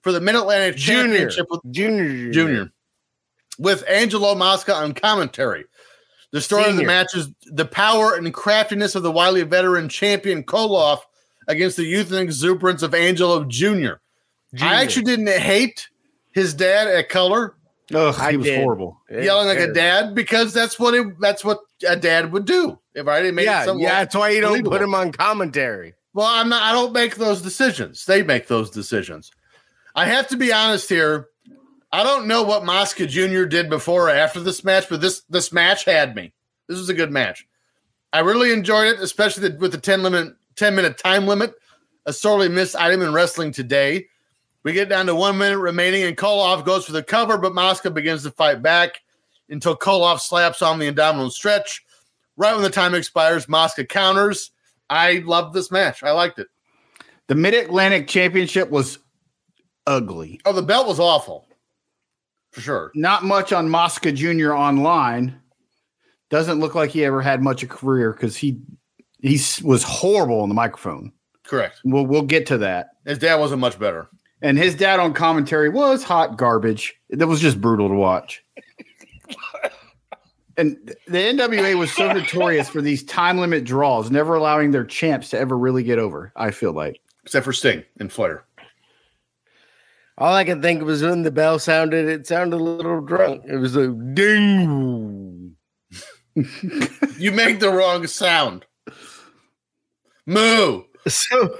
for the Mid Atlantic Junior, Championship with junior, Jr. with Angelo Mosca on commentary. The story of the Senior. match is the power and craftiness of the wily veteran champion Koloff against the youth and exuberance of Angelo Jr. Junior. I actually didn't hate his dad at color Ugh, I he was did. horrible. yelling like a dad because that's what it, that's what a dad would do if I didn't make Yeah, someone yeah. That's why you don't put believable. him on commentary. Well, I'm not. I don't make those decisions. They make those decisions. I have to be honest here. I don't know what Mosca Jr. did before or after this match, but this this match had me. This was a good match. I really enjoyed it, especially the, with the ten limit ten minute time limit, a sorely missed item in wrestling today. We get down to one minute remaining, and Koloff goes for the cover, but Mosca begins to fight back until Koloff slaps on the abdominal stretch. Right when the time expires, Mosca counters. I loved this match. I liked it. The Mid Atlantic Championship was ugly. Oh, the belt was awful. For sure. Not much on Mosca Jr. online. Doesn't look like he ever had much of a career because he he s- was horrible on the microphone. Correct. We'll we'll get to that. His dad wasn't much better. And his dad on commentary was hot garbage. That was just brutal to watch. And the NWA was so notorious for these time limit draws, never allowing their champs to ever really get over. I feel like Except for Sting and Flair. All I could think was when the bell sounded, it sounded a little drunk. It was a ding. You make the wrong sound. Moo. So,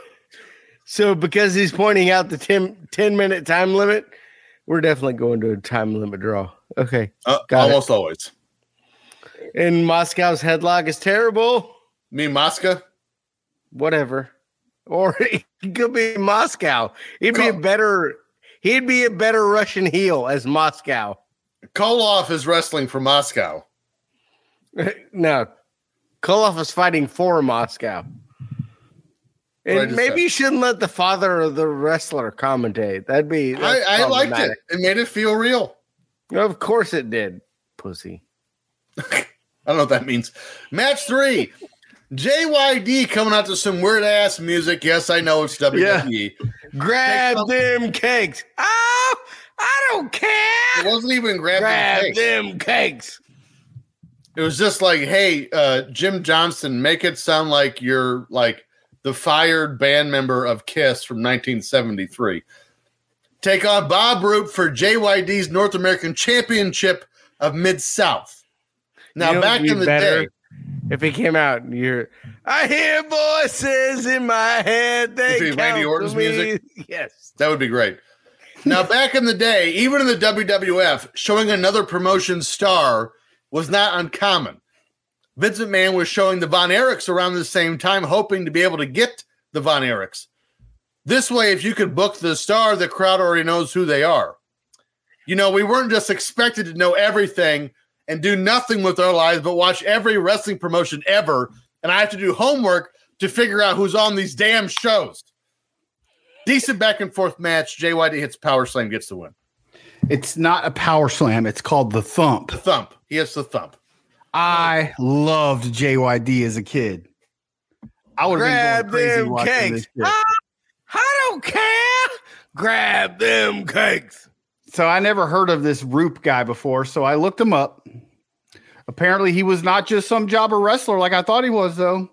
so because he's pointing out the 10, 10 minute time limit, we're definitely going to a time limit draw. Okay. Uh, Got it. almost always. And Moscow's headlock is terrible. Me and Mosca. Whatever. Or it could be Moscow. He'd be a better. He'd be a better Russian heel as Moscow. Koloff is wrestling for Moscow. no, Koloff is fighting for Moscow. What I And just maybe said. you shouldn't let the father of the wrestler commentate. That'd be. I, that's I liked it. problematic. It made it feel real. Of course it did, pussy. I don't know what that means. Match three. JYD coming out to some weird ass music. Yes, I know it's E. WWE. Grab Take some- them cakes. Oh, I don't It care. wasn't even grabbing Grab the face. them cakes. It was just like, hey, uh, Jim Johnston, make it sound like you're like the fired band member of Kiss from 1973. Take on Bob Root for JYD's North American Championship of Mid South. Now, You know back what'd be in the better? day, If he came out and you're, I hear voices in my head. They If he- count Randy to Orton's me. music? Yes. That would be great. Now, back in the day, even in the WWF, showing another promotion star was not uncommon. Vince McMahon was showing the Von Erichs around the same time, hoping to be able to get the Von Erichs. This way, if you could book the star, the crowd already knows who they are. You know, we weren't just expected to know everything and do nothing with our lives but watch every wrestling promotion ever. And I have to do homework to figure out who's on these damn shows decent back and forth match. JYD hits power slam, gets the win. it's not a power slam. It's called the thump. The thump. He hits the thump. I loved JYD as a kid. I would have been Grab going crazy them watching cakes. this shit. I, I don't care. Grab them cakes. So I never heard of this Roop guy before, so I looked him up. Apparently, he was not just some jobber wrestler like I thought he was, though.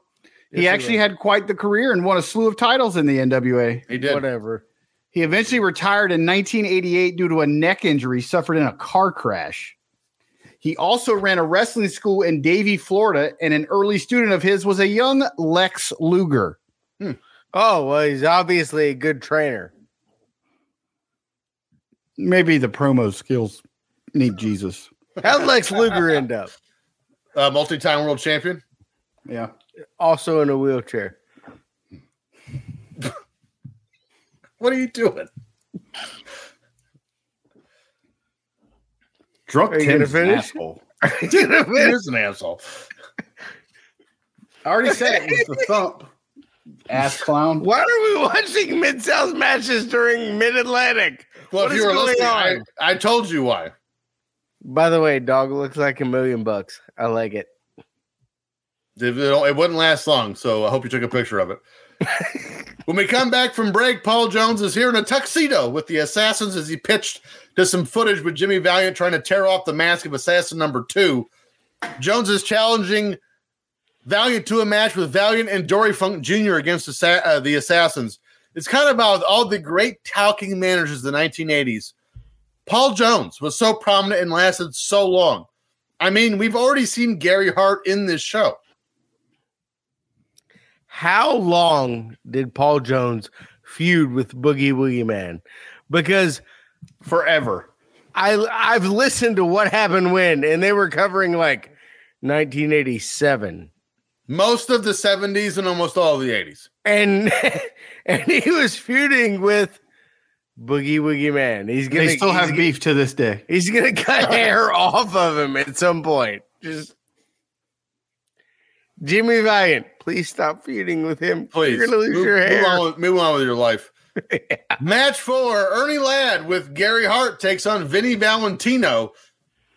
He actually had quite the career and won a slew of titles in the NWA. He did. Whatever. He eventually retired in 1988 due to a neck injury suffered in a car crash. He also ran a wrestling school in Davie, Florida, and an early student of his was a young Lex Luger. Oh, well, he's obviously a good trainer. Maybe the promo skills need Jesus. How'd Lex Luger end up? Uh, multi-time world champion. Yeah. Also in a wheelchair. What are you doing? Drunk Are you Tim's gonna an finish? asshole. he is an asshole. I already said it. It's the thump. Ass clown. Why are we watching Mid South matches during Mid Atlantic? What Well, if is you were going listening, I, on? I told you why. By the way, dog looks like a million bucks. I like it. It, it wouldn't last long, so I hope you took a picture of it. when we come back from break, Paul Jones is here in a tuxedo with the Assassins as he pitched to some footage with Jimmy Valiant trying to tear off the mask of Assassin number two. Jones is challenging Valiant to a match with Valiant and Dory Funk Jr. against Assa- uh, the Assassins. It's kind of about all the great talking managers of the 1980s. Paul Jones was so prominent and lasted so long. I mean, we've already seen Gary Hart in this show. how long did Paul Jones feud with Boogie Woogie Man? Because Forever. I I've listened to what happened when, and they were covering like 1987, most of the 70s and almost all of the 80s. and and he was feuding with Boogie Woogie Man. He's gonna They still he's have gonna- beef to this day. He's gonna cut hair off of him at some point. Just Jimmy Valiant, please stop feuding with him. Please. you're gonna lose move, your move hair. on with, move on with your life. Match four Ernie Ladd with Gary Hart takes on Vinny Valentino.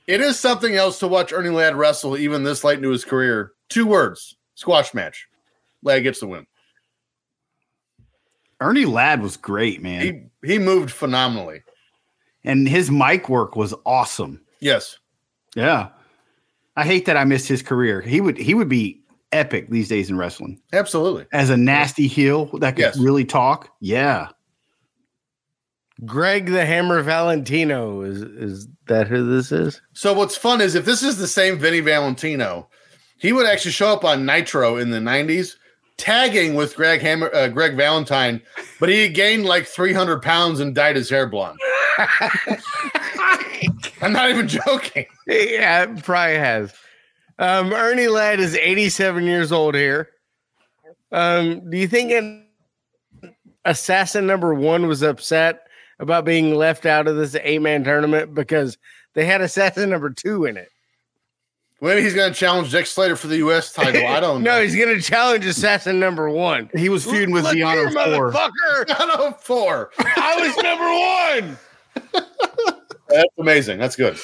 It is something else to watch Ernie Ladd wrestle, even this late into his career. Two words squash match. Ladd gets the win. Ernie Ladd was great, man. He, he moved phenomenally. and his mic work was awesome. Yes. Yeah. I hate that I missed his career. He would he would be epic these days in wrestling. Absolutely. As a nasty heel that could Yes. really talk. Yeah. Greg the Hammer Valentino is is that who this is? So what's fun is if this is the same Vinny Valentino, he would actually show up on Nitro in the '90s, tagging with Greg Hammer, uh, Greg Valentine, but he had gained like 300 pounds and dyed his hair blonde. I'm not even joking. Yeah, it probably has. Um, Ernie Ladd is 87 years old here. Um, do you think an assassin number one was upset about being left out of this eight man tournament because they had assassin number two in it? Maybe he's going to challenge Jack Slater for the U.S. title. I don't No, know. he's gonna challenge assassin number one. He was feuding with Look here, Deanna before. motherfucker. no, four. I was number one. That's amazing. That's good.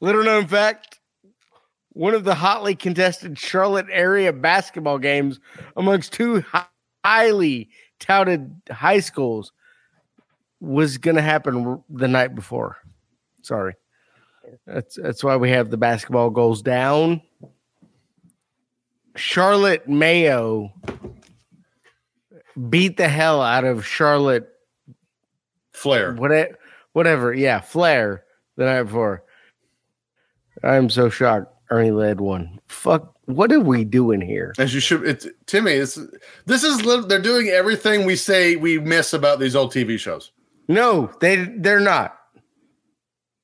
Little known fact one of the hotly contested Charlotte area basketball games amongst two hi- highly touted high schools was going to happen r- the night before. Sorry. That's that's why we have the basketball goals down. Charlotte Mayo beat the hell out of Charlotte Flair. Whatever, whatever. Yeah, Flair the night before. I'm so shocked. Ernie Ladd won. Fuck. What are we doing here? As you should, it's Timmy. It's, this is lit- they're doing everything we say we miss about these old TV shows. No, they they're not.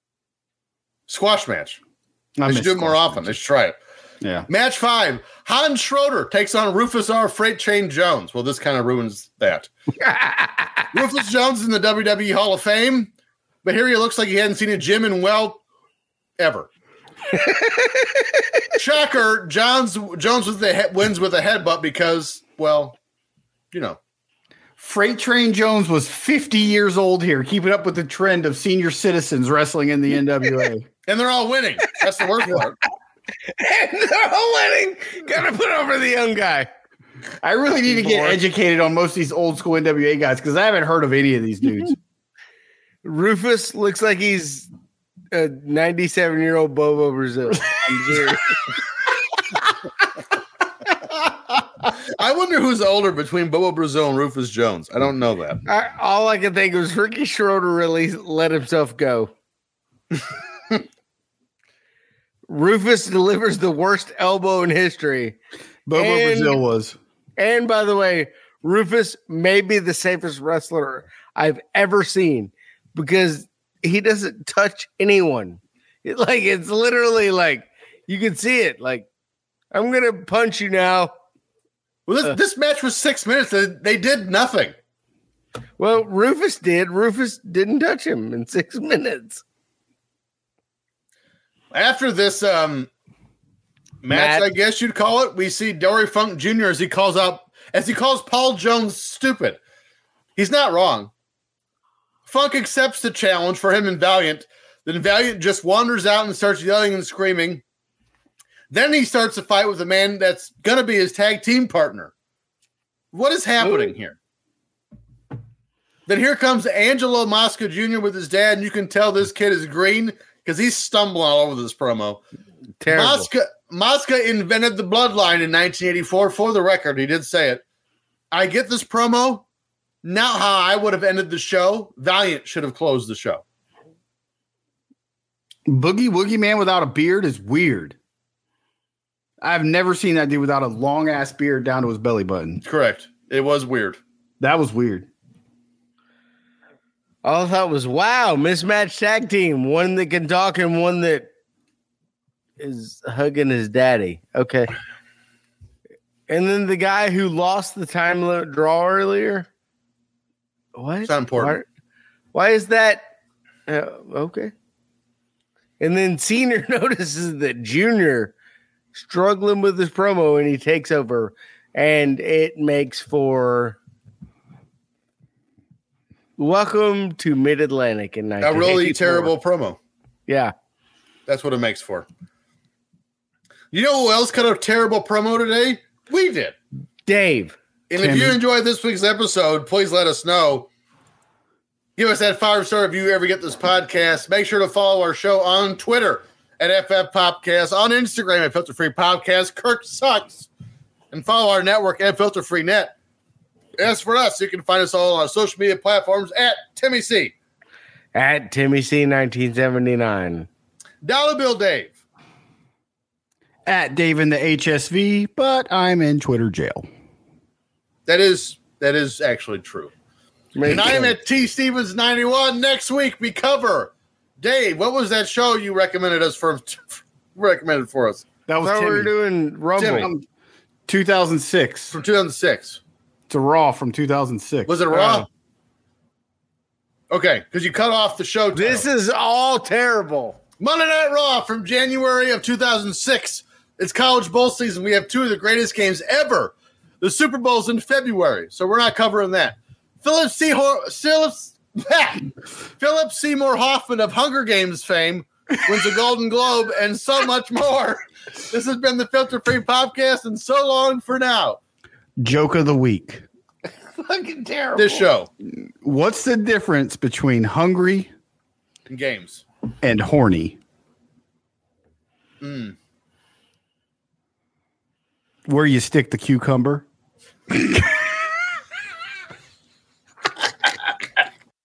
Squash match. They I missed should do it more that. often. They should try it. Yeah. Match five, Hans Schroeder takes on Rufus R. Freight Chain Jones. Well, this kind of ruins that. Rufus Jones is in the WWE Hall of Fame, but here he looks like he hadn't seen a gym in well ever. Shocker, Jones Jones with the he- wins with a headbutt because, well, you know, Freight Train Jones was 50 years old here, keeping up with the trend of senior citizens wrestling in the NWA. and they're all winning. That's the worst part. they're all winning. Gotta put over the young guy. I really need to get Lord. educated on most of these old school NWA guys because I haven't heard of any of these dudes. Rufus looks like he's a 97 year old Bobo Brazil. I'm serious. I wonder who's older between Bobo Brazil and Rufus Jones. I don't know that. I, all I can think was Ricky Schroeder really let himself go. Rufus delivers the worst elbow in history. Bobo And- Brazil was. And by the way, Rufus may be the safest wrestler I've ever seen because he doesn't touch anyone. It, like it's literally like you can see it. Like I'm gonna punch you now. Well, this, Uh. this match was six minutes. They, they did nothing. Well, Rufus did. Rufus didn't touch him in six minutes. After this um, match, Matt. I guess you'd call it, we see Dory Funk Jr. as he calls out as he calls Paul Jones stupid. He's not wrong. Funk accepts the challenge for him and Valiant. Then Valiant just wanders out and starts yelling and screaming. Then he starts a fight with a man that's going to be his tag team partner. What is happening here? Then here comes Angelo Mosca Jr. with his dad, and you can tell this kid is green because he's stumbling all over this promo. Terrible. Mosca Mosca invented the bloodline in 1984. For the record, he did say it. I get this promo. Not how I would have ended the show. Valiant should have closed the show. Boogie Woogie Man without a beard is weird. I've never seen that dude without a long ass beard down to his belly button. Correct. It was weird. That was weird. All I thought was, wow, mismatched tag team. One that can talk and one that is hugging his daddy. Okay. And then the guy who lost the time limit draw earlier What? It's not important. Why, why is that? Uh, okay. And then senior notices that junior struggling with his promo, and he takes over, and it makes for welcome to Mid Atlantic in A 1984. really terrible promo. Yeah. That's what it makes for. You know who else cut a terrible promo today? We did. Dave. And if you enjoyed this week's episode, please let us know. Give us that five star if you ever get this podcast. Make sure to follow our show on Twitter at FF Podcast, on Instagram at Filter Free Podcast. Kirk sucks. And follow our network at Filter Free Net. As for us, you can find us all on our social media platforms at Timmy C, At Timmy C 1979. Dollar Bill Dave, At Dave in the HSV, but I'm in Twitter jail. That is that is actually true. And I'm at T Stevens ninety one. Next week we cover Dave. What was that show you recommended us for? recommended for us That was So we're Timmy. doing Rumble. Timmy. 2006. from two thousand six. It's a Raw from 2006. Was it Raw? okay, because you cut off the show. This is all terrible. Monday Night Raw from January of 2006. It's college bowl season. We have two of the greatest games ever. The Super Bowl's in February, so we're not covering that. Philip Seymour, Phillips, Philip Seymour Hoffman of Hunger Games fame wins a Golden Globe and so much more. This has been the Filter Free Podcast, and so long for now. Joke of the week. Fucking terrible. This show What's the difference between hungry and games. and horny? Where you stick the cucumber?